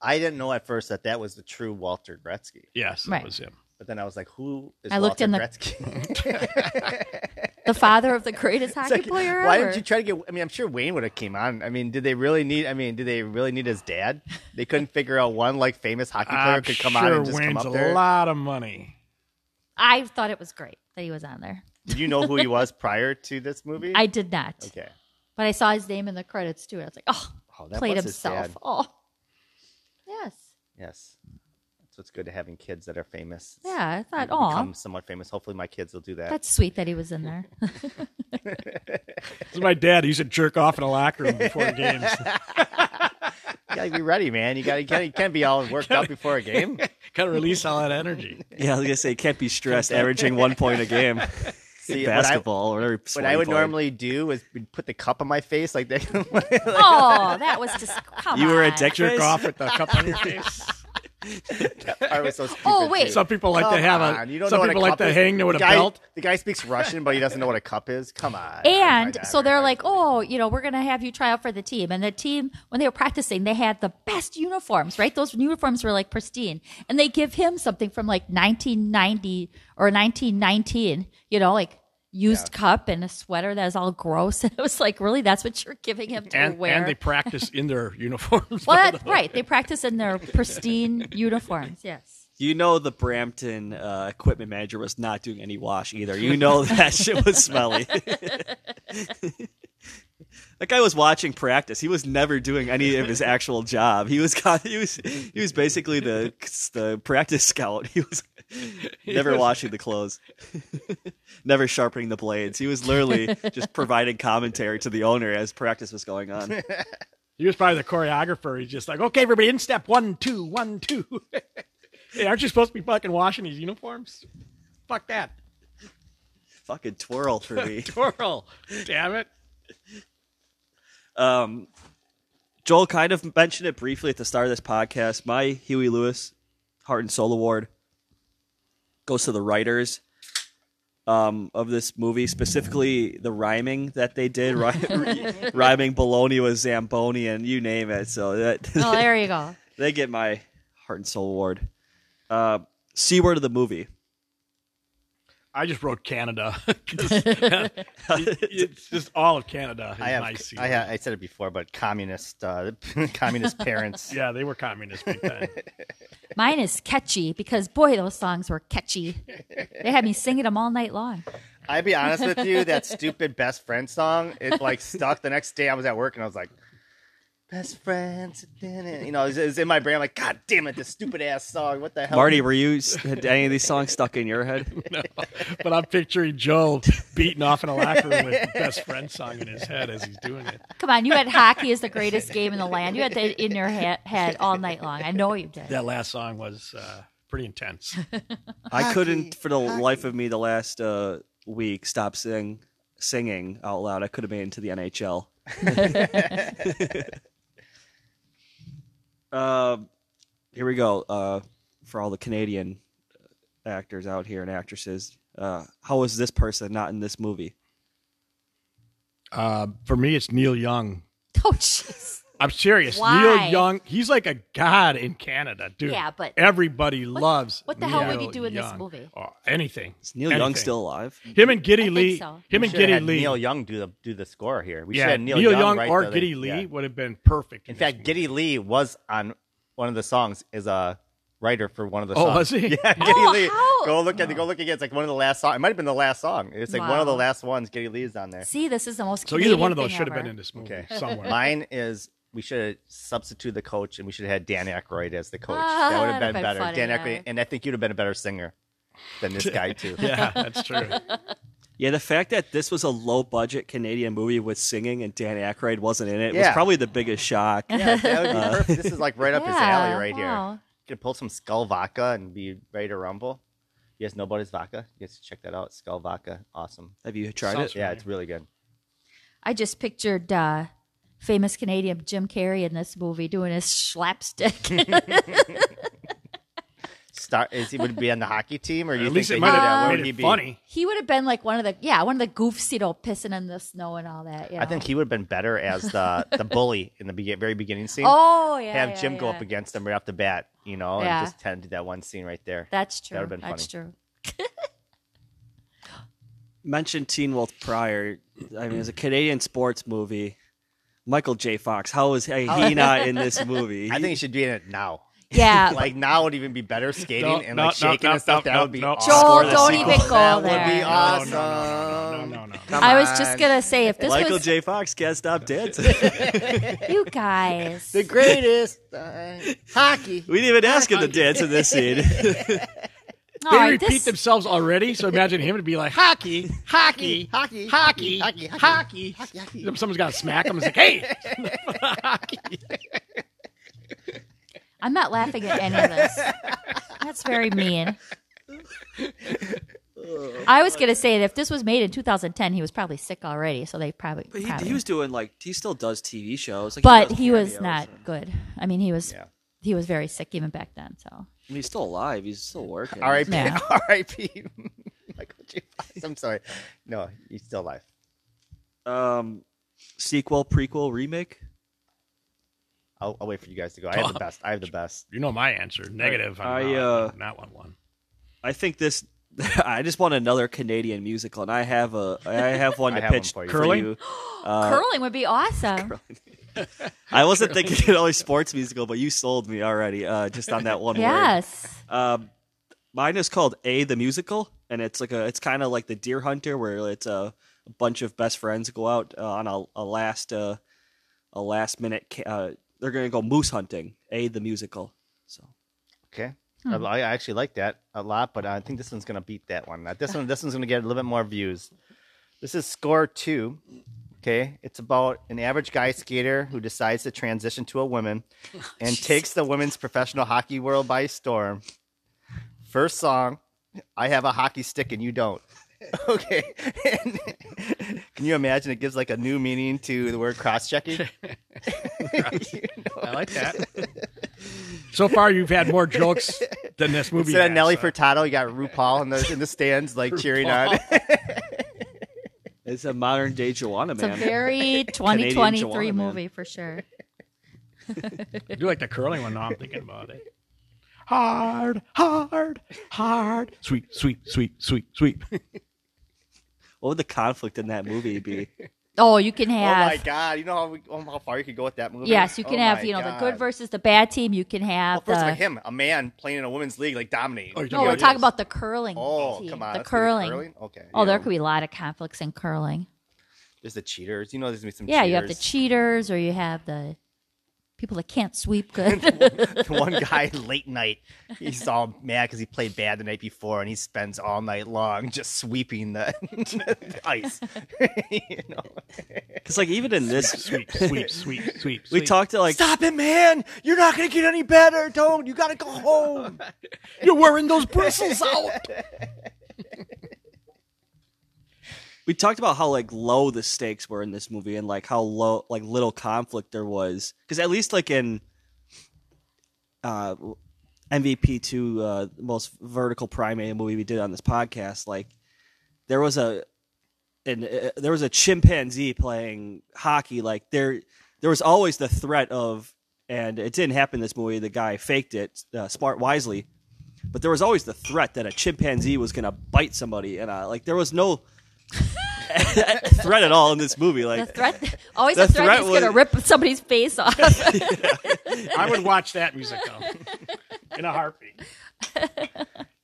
I didn't know at first that that was the true Walter Gretzky. Yes, that Right. was him. But then I was like, who is I looked Walter in the- Gretzky? The father of the greatest hockey It's like, player Why ever. didn't you try to get? I mean, I'm sure Wayne would have came on. I mean, did they really need? I mean, did they really need his dad? They couldn't figure out one like famous hockey player I'm could come sure on and just Wayne's come up a there. lot of money. I thought it was great that he was on there. Did you know who he was prior to this movie? I did not, okay. but I saw his name in the credits too, and I was like, oh, Oh, that played was his himself. dad. Oh, yes, Yes, that's what's good to having kids that are famous. yeah. I thought, You oh, become somewhat famous. Hopefully, my kids will do that. that's sweet that he was in there. This is my dad. He used to jerk off in a locker room before games. You gotta be ready, man. You gotta you can't, you can't be all worked up before a game. Gotta release all that energy. Yeah, I was gonna say can't be stressed, averaging one point a game. See, what I- Basketball or whatever. What slang I would for it. normally do is put the cup on my face like that. oh, that was just come You were a on. dick Jerk face? off with the cup on your face. I was so stupid. Oh, wait. too. Some people like to Come have on, a. don't know Some what people cup like to is. hang there with the a guy, belt. The guy speaks Russian, but he doesn't know what a cup is. Come on. And Come on, so they're Dagger. like, oh, you know, we're going to have you try out for the team. And the team, when they were practicing, they had the best uniforms, right? Those uniforms were like pristine. And they give him something from like 1990 or 1919, you know, like used cup and a sweater that was all gross. And it was like, really, that's what you're giving him to and, wear? and they practice in their uniforms. well, that's right. They practice in their pristine uniforms. Yes. You know the Brampton uh, equipment manager was not doing any wash either. You know that shit was smelly. that guy was watching practice. He was never doing any of his actual job. He was con- he was he was basically the the practice scout. He was never washing the clothes, never sharpening the blades. He was literally just providing commentary to the owner as practice was going on. He was probably the choreographer. He's just like, okay, everybody, in step one, two, one, two. hey, aren't you supposed to be fucking washing these uniforms? Fuck that. Fucking twirl for me. Twirl. Damn it. Um, Joel kind of mentioned it briefly at the start of this podcast. My Huey Lewis Heart and Soul Award goes to the writers um, of this movie, specifically the rhyming that they did, rhy- rhyming bologna with zamboni and you name it. So that Oh, there you go. they get my Heart and Soul Award. Uh, C word of the movie. I just wrote Canada. 'Cause it- it's just all of Canada. is I have, my C I, ha I said it before, but communist, uh, communist parents. Yeah, they were communist big time. Mine is catchy because boy, those songs were catchy. They had me singing them all night long. I'd be honest with you, that stupid best friend song, it like stuck. The next day I was at work and I was like, best friends, didn't-" you know, it was, it was in my brain. I'm like, God damn it, this stupid ass song. What the hell? Marty, were you had any of these songs stuck in your head? But I'm picturing Joe beating off in a locker room with best friend song in his head as he's doing it. Come on, you had hockey is the greatest game in the land. You had that in your he- head all night long. I know you did. That last song was uh, pretty intense. I couldn't, for the life of me, the last uh, week stop sing, singing out loud. I could have made it into the NHL. Um here we go. Uh, for all the Canadian actors out here and actresses, uh, how is this person not in this movie? Uh, for me, it's Neil Young. Oh, jeez. I'm serious. Why? Neil Young, he's like a god in Canada, dude. Yeah, but- everybody loves. what the hell would Neil he do in this Young. movie? Oh, anything. Is Neil Anything. Young still alive? Him and I Giddy think Lee. so. Him We and should have Giddy had Lee. Neil Young do the do the score here. We should yeah, have Neil, Young, write or the- Giddy Lee yeah. would have been perfect. In this fact, movie. Giddy Lee was on one of the songs is a writer for one of the Oh, songs. was he? Yeah, Giddy Oh, Lee. how- Go look at go look again. It's like one of the last song. It might have been the last song. It's like one of the Wow. last ones Giddy Lee is on there. See, this is the most. so either Canadian one of those thing should have ever. been in this movie Okay. somewhere. Mine is we should have substituted the coach and we should have had Dan Aykroyd as the coach. Ah, that would have that'd been, been better. funny, Dan yeah. Aykroyd, and I think you'd have been a better singer than this guy too. yeah, that's true. Yeah, the fact that this was a low budget Canadian movie with singing and Dan Aykroyd wasn't in it was Yeah. probably the biggest shock. Yeah, that would be Uh, perfect. This is like right up his alley Yeah, right wow. here. Could pull some skull vodka and be ready to rumble. You guys know about his vodka? You guys should check that out. Skull vodka, awesome. Have you tried Sounds it? Yeah, it's really good. I just pictured uh, famous Canadian Jim Carrey in this movie doing his slapstick. Star is he would he be on the hockey team or you At think least they it might did that? have Where made would he it be? funny. he would have been like one of the yeah one of the goofs, you know, pissing in the snow and all that. You I think know. he would have been better as the the bully in the begi- very beginning scene. Oh yeah. have yeah, Jim go yeah. up against him right off the bat, you know, Yeah. and just tend to do that one scene right there. That's true. would've been That's true. mentioned Teen Wolf prior. I mean, it's a Canadian sports movie. Michael J. Fox. How is he not in this movie? I think he should be in it now. Yeah. Like now would even be better skating No, and no, like no, shaking no, and stuff. no, that no, would be no. awesome. Joel, the don't sequel. even go That would there. be No, awesome. no, no, no, no, no, no. no. I was just gonna say if this Michael was J. Fox can't stop dancing. you guys, The greatest uh, hockey. we didn't even ask him to dance in this scene. all They right, repeat this- themselves already, so imagine him to be like hockey, hockey, hockey, hockey, hockey, hockey. Someone's got to smack him. It's like, hey, I'm not laughing at any of this. That's very mean. I was gonna say that if this was made in 2010, he was probably sick already, so they probably. But he, probably- he was doing like he still does TV shows. Like but does he was cameos. not good. I mean, he was Yeah. he was very sick even back then. So I mean, he's still alive. He's still working. R.I.P. Yeah. R.I.P. Michael J. Fox. I'm sorry. No, he's still alive. Um, sequel, prequel, remake. I'll, I'll wait for you guys to go. I have the best. I have the best. you know my answer, negative. I'm I, not, uh, I'm not one one. I think this I just want another Canadian musical, and I have a I have one I to have one pitch for you. Curling? you. Curling would be awesome. I wasn't thinking another sports musical, but you sold me already uh, just on that one word. Yes. Mine is called A the Musical, and it's like a it's kind of like the Deer Hunter, where it's a, a bunch of best friends go out uh, on a, a last uh, a last minute. Ca- uh, they're gonna go moose hunting. A the Musical. So Okay. I, I actually like that a lot, but I think this one's gonna beat that one. Uh, This one, this one's gonna get a little bit more views. This is score two. Okay, it's about an average guy skater who decides to transition to a woman, and takes the women's professional hockey world by storm. First song, I have a hockey stick and you don't. Okay, And can you imagine? It gives like a new meaning to the word cross checking. I like that. so far, you've had more jokes than this movie. Instead has, uh, of Nelly so- Furtado, you got RuPaul in the in the stands, like cheering on. it's a modern day Joanna It's a man. very 2023 Joanna, man. movie for sure. I do like the curling one. Now I'm thinking about it. Hard, hard, hard. Sweet, sweet, sweet, sweet, sweet. what would the conflict in that movie be? Oh, you can Oh have. my god! You know how, we, oh, how far you could go with that movie. Yes, you can Oh have my you know the good God. Oh, versus the bad team. You can Well, have first of all, the. him, a man playing in a women's league, like dominating. Oh, you're no, Yeah, we're yes. talking about the curling. Oh, team, come on! the let's do curling. Okay. Oh, there could be a lot of conflicts in curling. There's the cheaters. You know, there's gonna be some. Yeah, cheaters. you have the cheaters, or you have the people that can't sweep good. The one guy late night. He's all mad because he played bad the night before, and he spends all night long just sweeping the, the ice. you know? Because like even in this, Sweep, sweep, sweep, sweep. we sweep. talked to like Stop it, man! You're not gonna get any better. Don't. You gotta go home. You're wearing those bristles out. we talked about how like low the stakes were in this movie and like how low like little conflict there was because at least like in uh mvp 2 uh the most vertical primate movie we did on this podcast like there was a and uh, there was a chimpanzee playing hockey like there there was always the threat of and it didn't happen in this movie the guy faked it uh, smart wisely but there was always the threat that a chimpanzee was going to bite somebody and uh, like there was no threat at all in this movie the like threat, always The a threat, threat is going to was- rip somebody's face off. I would watch that musical in a heartbeat.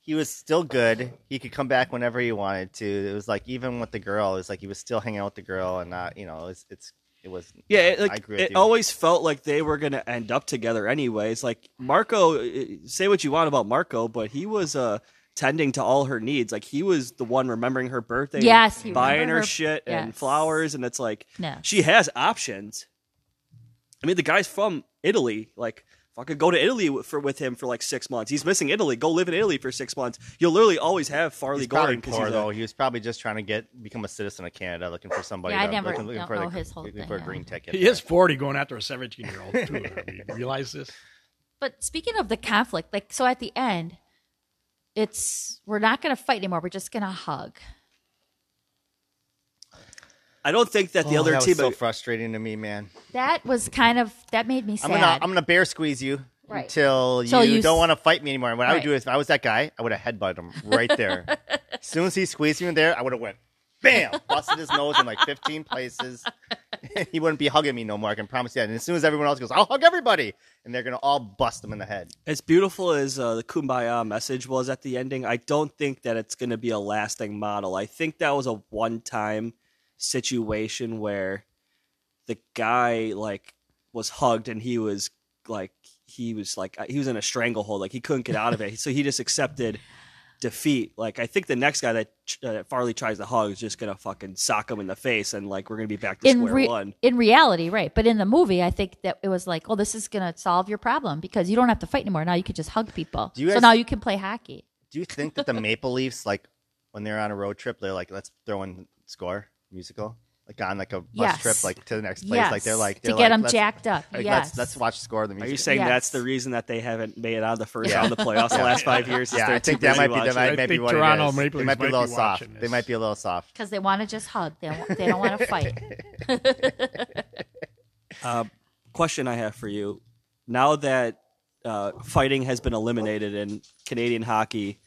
he was still good. He could come back whenever he wanted to. It was like even with the girl, it was like he was still hanging out with the girl and not, you know, it's it's it was Yeah, it, I like agree with it you. always felt like they were gonna end up together anyways. Like Marco, eh, say what you want about Marco, but he was uh tending to all her needs. Like he was the one remembering her birthday, and Yes, he buying remembered her, her- shit and yes. flowers, and it's like Yes. she has options. I mean, the guy's from Italy. Like, fucking go to Italy wi- for with him for like six months. He's missing Italy. Go live in Italy for six months. You'll literally always have Farley he's probably Gordon because poor he's though. a, He was probably just trying to get become a citizen of Canada, looking for somebody. Yeah, I to- never- looking, looking don't for the, know his whole looking thing, for a yeah. green ticket. He is 40 going after a 17 year old, too. I mean, you realize this? But speaking of the conflict, like so at the end, it's we're not going to fight anymore. We're just going to hug. I don't think that the Oh, other that was team. so frustrating to me, man. That was kind of that made me I'm sad. gonna I'm gonna bear squeeze you Right. until you, So you don't s- want to fight me anymore. And what I would Right. do is if I was that guy, I would have headbutted him right there. as soon as he squeezed me in there, I would have went bam, busted his nose in like 15 places. he wouldn't be hugging me no more. I can promise you that. And as soon as everyone else goes, I'll hug everybody, and they're gonna all bust him in the head. as beautiful as uh, the kumbaya message was at the ending i don't think that it's going to be a lasting model i think that was a one-time situation where the guy like was hugged and he was like he was like uh, he was in a stranglehold like he couldn't get out of it so he just accepted defeat like i think the next guy that uh, that farley tries to hug is just gonna fucking sock him in the face and like we're gonna be back to in square re- one in reality, right? But in the movie, I think that it was like, oh, this is going to solve your problem because you don't have to fight anymore. Now you can just hug people. Do you so guys- now you can play hockey. Do you think that the Maple Leafs, like when they're on a road trip, they're like, let's throw in score musical, like on like a bus Yes. trip, like to the next place, like they're Yes. like to they're get like, them let's- jacked up. like, yes, let's let's watch score the are music. you saying Yes. that's the reason that they haven't made it out of the first Yeah. round of the playoffs the last five years? is Yeah, they're I think too that might busy be that watching might, might I be think what Toronto it is. Maple they Leafs might be a might little be soft. watching They this. might be a little soft. because they want to just hug. They don't, they don't want to fight. question I have for you: Now that uh, fighting has been eliminated in Canadian hockey,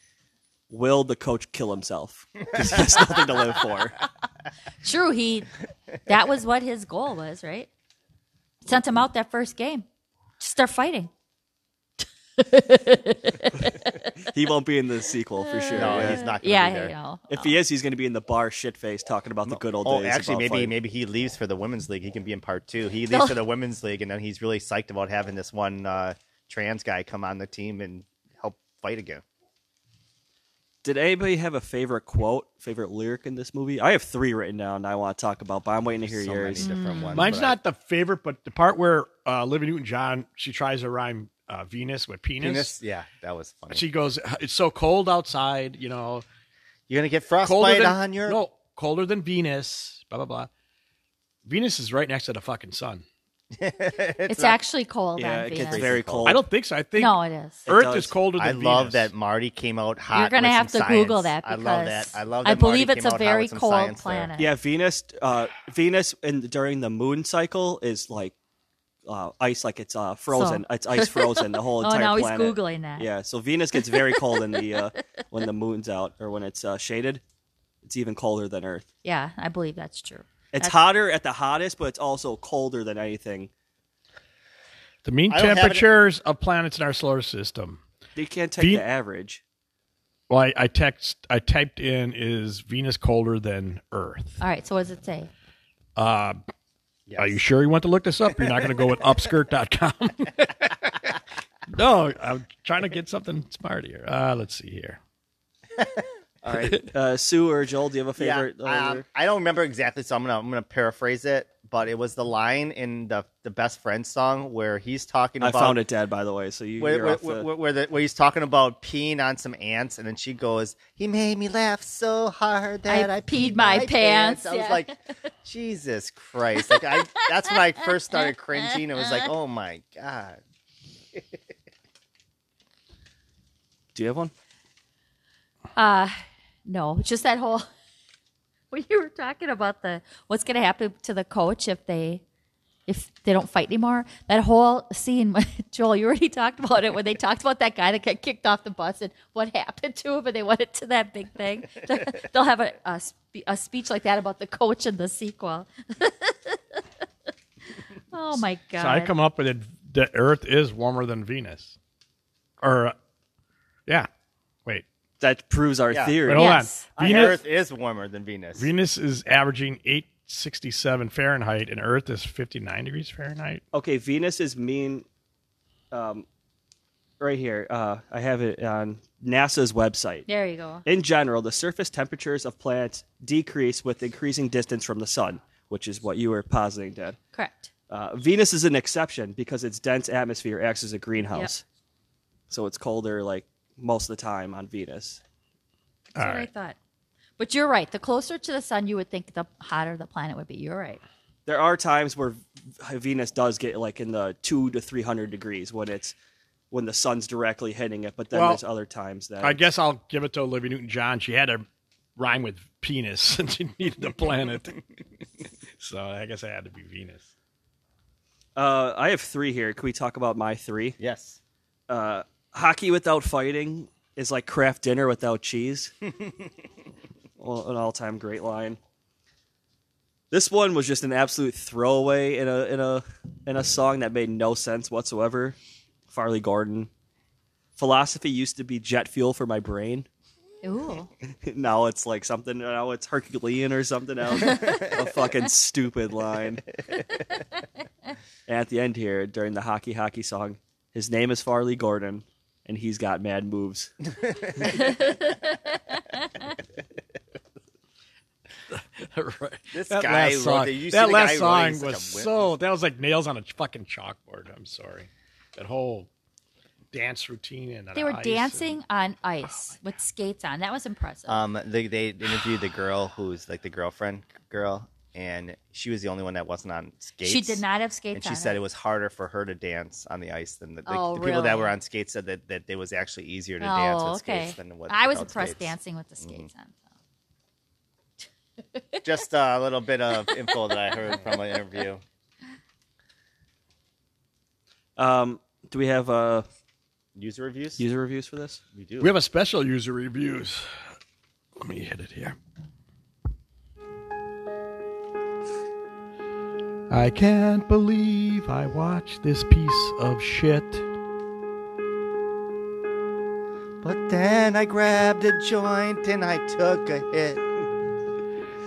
will the coach kill himself because he has nothing to live for? True, he that was what his goal was, right? Sent him out that first game. Just start fighting. He won't be in the sequel for sure. No, yeah. he's not. Gonna Yeah, be there. you know. If he is, he's going to be in the bar shit face talking about the good old Oh, days. actually, about maybe fighting. maybe he leaves for the women's league. He can be in part two. He leaves for the women's league, and then he's really psyched about having this one uh, trans guy come on the team and help fight again. Did anybody have a favorite quote, favorite lyric in this movie? I have three written down. and I want to talk about, but I'm waiting to hear So many yours. different ones. Mine's but I- not the favorite, but the part where uh, Livy Newton John she tries to rhyme uh, Venus with penis. Penis? Yeah, that was funny. She goes, "It's so cold outside, you know, You're gonna get colder frostbite than on your. no colder than Venus." Blah blah blah. Venus is right next to the fucking sun. It's, actually cold Yeah, on it Venus. gets very cold. I don't think so. I think no, it is. Earth does. is colder than I Venus. love that Marty came out hot. You're gonna with have to some Google that science. because I love that. I love. That I believe Marty it's came a out hot very with some cold science there. planet. Yeah, Venus. Uh, Venus and during the moon cycle is like uh, ice, like it's uh, frozen. So- It's ice frozen. The whole Oh, entire now he's planet. Googling that. Yeah, so Venus gets very cold in the uh, when the moon's out or when it's uh, shaded. It's even colder than Earth. Yeah, I believe that's true. It's That's- hotter at the hottest, but it's also colder than anything. The mean I don't have it- temperatures of planets in our solar system. They can't take Ven- the average. Well, I, I text I typed in is Venus colder than Earth. All right, so what does it say? Are you sure you want to look this up? You're not going to go with upskirt.com. no, I'm trying to get something smart here. Uh, let's see here. All right, uh, Sue or Joel, do you have a Yeah, favorite? uh, um, I don't remember exactly, so I'm gonna I'm gonna paraphrase it. But it was the line in the the best friend song where he's talking I about found it dead, by the way. So you, where, you're where, off the- where, where, the, where he's talking about peeing on some ants, and then she goes, "He made me laugh so hard that I, peed, my, pants." I was yeah. like, "Jesus Christ!" Like I, that's when I first started cringing. It was like, "Oh my god!" do you have one? Uh no, just that whole when you were talking about the what's gonna happen to the coach if they if they don't fight anymore. That whole scene when Joel, you already talked about it when they talked about that guy that got kicked off the bus and what happened to him and they went into that big thing. They'll have a a, spe- a speech like that about the coach in the sequel. oh my god. So I come up with it. The Earth is warmer than Venus. Or, uh, yeah. Wait. That proves our Yeah. Wait, theory. hold Yes. on. Our Venus, Uh, Earth is warmer than Venus. Venus is averaging 867 Fahrenheit, and Earth is 59 degrees Fahrenheit. Okay, Venus is mean. Um, right here, uh, I have it on NASA's website. there you go. In general, the surface temperatures of planets decrease with increasing distance from the sun, which is what you were positing, Dad. Correct. Uh, Venus is an exception because its dense atmosphere acts as a greenhouse, so it's colder like most of the time on Venus. That's All what right. I thought. But you're right. The closer to the sun, you would think the hotter the planet would be. You're right. There are times where Venus does get like in the two to three hundred degrees when it's when the sun's directly hitting it, but then Well, there's other times that I guess I'll give it to Olivia Newton John. She had to rhyme with penis since she needed the planet. so I guess I had to be Venus. Uh, I have three here. Can we talk about my three? Yes. Uh, hockey without fighting is like craft dinner without cheese. well, an all-time great line. This one was just an absolute throwaway in a in a in a song that made no sense whatsoever. Farley Gordon. Philosophy used to be jet fuel for my brain. Ooh. now it's like something. Now it's Herculean or something else. a fucking stupid line. and at the end here, during the hockey hockey song, his name is Farley Gordon, and he's got mad moves. This That guy last wrote song, the- you see that the guy who wrote it, last song he's was such a so that was like nails on a fucking chalkboard. I'm sorry, that whole dance routine and They were ice and- dancing Oh on ice with skates on. That was impressive. Um, they they interviewed the girl who's like the girlfriend girl, and she was the only one that wasn't on skates. she did not have skates And on. she said her. it was harder for her to dance on the ice than the, the, Oh, the people that really? were on skates said that, that it was actually easier to oh, dance with okay. skates than what I was without impressed skates. Mm-hmm. dancing with the skates on. Just uh, a little bit of info that I heard from an interview. Um, do we have uh, user reviews. User reviews for this? we do. We have a special user reviews. Let me hit it here. I can't believe I watched this piece of shit. But then I grabbed a joint and I took a hit.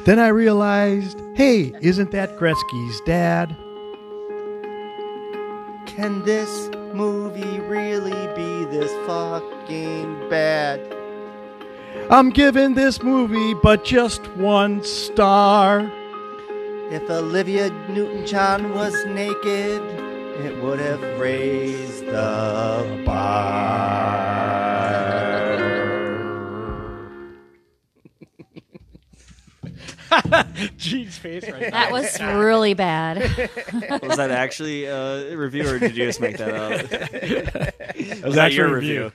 Then I realized, hey, isn't that Gretzky's dad? Can this movie really be this fucking bad? I'm giving this movie but just one star. If Olivia Newton John was naked, it would have raised the bar. Gene's face right That was really bad. Was that actually uh, a review or did you just make that up? That was that your actually a review?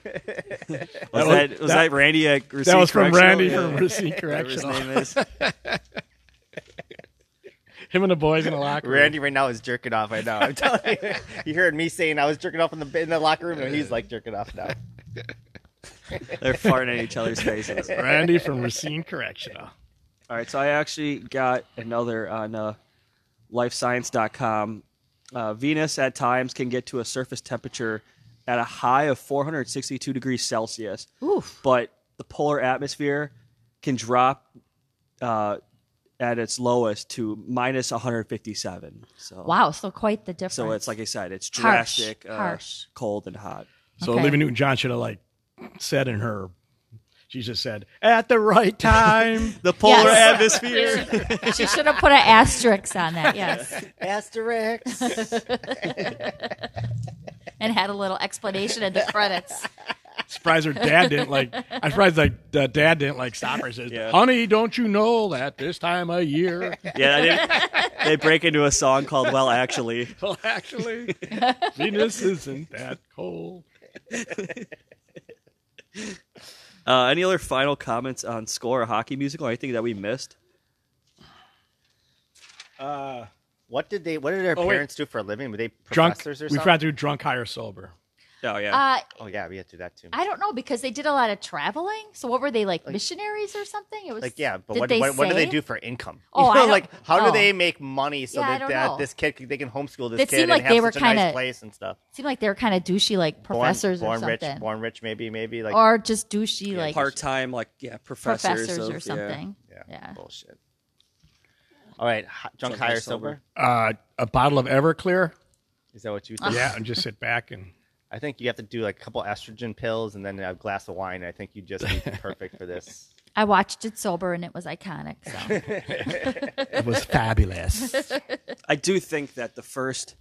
That Was was- that, was that, Randy at That was from Randy Correctional? from Yeah. Receipt Whatever his Correctional. name is. Him and the boys in the locker room. Randy right now is jerking off right now. I'm telling you. You heard me saying I was jerking off in the in the locker room, and he's like jerking off now. They're farting at each other's faces. Randy from Racine Correctional. All right, so I actually got another on uh, lifescience.com. Uh, Venus at times can get to a surface temperature at a high of 462 degrees Celsius, Oof. but the polar atmosphere can drop uh, at its lowest to minus 157. So, Wow, so quite the difference. so it's like I said, it's Harsh, drastic, uh, harsh. cold, and hot. So Okay. Olivia Newton John should have like said in her, she just said at the right time. The polar Yes. atmosphere. she should have put an asterisk on that, yes. Asterix. And had a little explanation in the credits. surprised her dad didn't like. I'm surprised like uh, dad didn't like stop her. and Says, Yeah. "Honey, don't you know that this time of year?" yeah, they, they break into a song called "Well, Actually." well, actually, Venus isn't that cold. Uh, any other final comments on score a hockey musical? Anything that we missed? What did they? What did their Oh, wait. parents do for a living? Were they Drunk. professors or We something? forgot to do drunk, high, or sober. Oh yeah, Uh, oh yeah, we had to do that too. I don't know because they did a lot of traveling. So what were they like, missionaries or something? It was Like yeah, but did what, they what, what do they say? do for income? Oh, I don't- like how oh. do they make money so Yeah, I that, don't know. that this kid can- they can homeschool this It kid seemed and like have they were such a nice kinda place and stuff. Seemed like they were kind of douchey, like Born- professors born, or something, rich, born rich, maybe, maybe like or just douchey, like part time, like yeah, professors, professors of- yeah. or something. yeah, yeah. bullshit. All right, hi- drunk Drunk, higher high, sober. sober. Uh, a bottle of Everclear. Is that what you Uh-huh. think? Yeah, and just sit back and I think you have to do like a couple estrogen pills and then a glass of wine. I think you just be perfect for this. I watched it sober and it was iconic. So it was fabulous. I do think that the first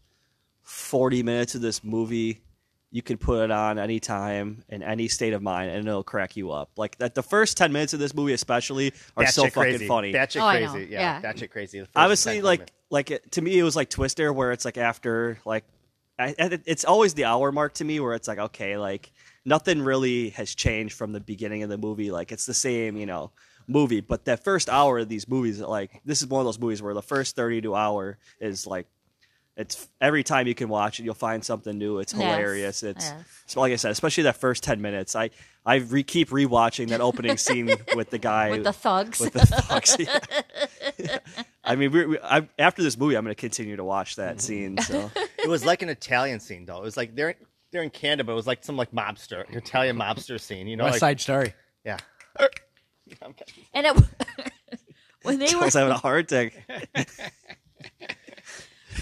forty minutes of this movie, you can put it on any time in any state of mind, and it'll crack you up. Like that, the first ten minutes of this movie, especially, are Batshit so fucking crazy. funny. Batshit Oh, I know. crazy. Yeah, Yeah. batshit crazy. The first Obviously, 10 like minutes. like it, to me, it was like Twister, where it's like after like, I, I- it's always the hour mark to me, where it's like okay, like nothing really has changed from the beginning of the movie. Like it's the same, you know, movie. But that first hour of these movies, like this is one of those movies where the first thirty to hour is like. It's every time you can watch it, you'll find something new. It's Yes, hilarious. It's yes. it's like I said, especially that first ten minutes. I I re- keep rewatching that opening scene with the guy with the thugs, with the fox. yeah. I mean, we, we, I, after this movie, I'm going to continue to watch Mm. that scene. So it was like an Italian scene though. It was like they're they're in Canada, but it was like some like mobster Italian mobster scene. You know, West like, Side Story. yeah. and it when they I were was having a heart attack.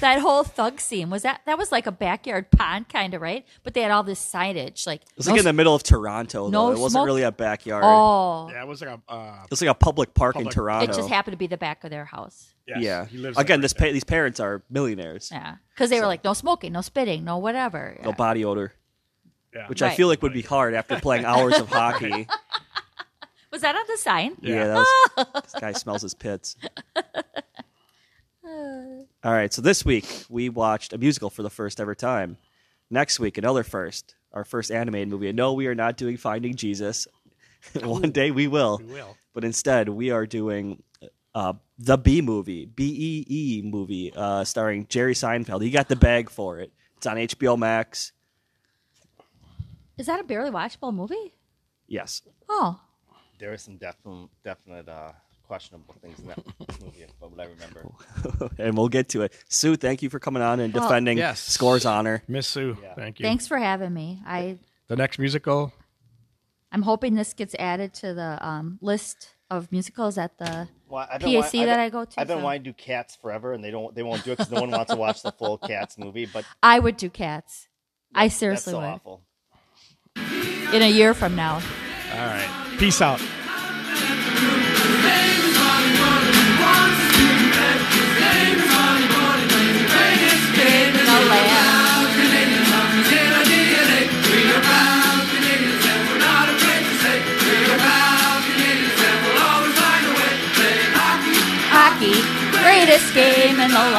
that whole thug scene was that that was like a backyard pond kind of right, but they had all this signage like It was no like in the middle of Toronto, no though. It wasn't smoke- really a backyard. Oh, Yeah, it was like a. Uh, It was like a public park in Public- It Toronto. it just happened to be the back of their house. yes, yeah. he lives Again, there. this pa- these parents are millionaires. Yeah, because they were like, no smoking, no spitting, no whatever. No Yeah. body odor, Yeah. which I Right. feel like would be hard after playing hours of hockey. was that on the sign? Yeah, Yeah. that was, this guy smells his pits. All right, so this week we watched a musical for the first ever time. Next week, another first, our first animated movie. And no, we are not doing Finding Jesus. One day we will. We will. But instead, we are doing uh, the B movie, B E E movie, uh, starring Jerry Seinfeld. He got the bag for it. It's on HBO Max. Is that a barely watchable movie? Yes. Oh, There are some definite, definite uh, questionable things in that movie, but what I remember. and we'll get to it. Sue, thank you for coming on and Well- defending Yes. Score's honor. Miss Sue, thank you. thanks for having me. I The next musical, I'm hoping this gets added to the um, list of musicals at the Well, I've PSC wanting- I've that been- I go to, I've been so- wanting to do Cats forever, and they don't. They won't do it because no one wants to watch the full Cats movie. But I would do cats. I that's seriously so would. awful. In a year from now. all right. Peace out. Thank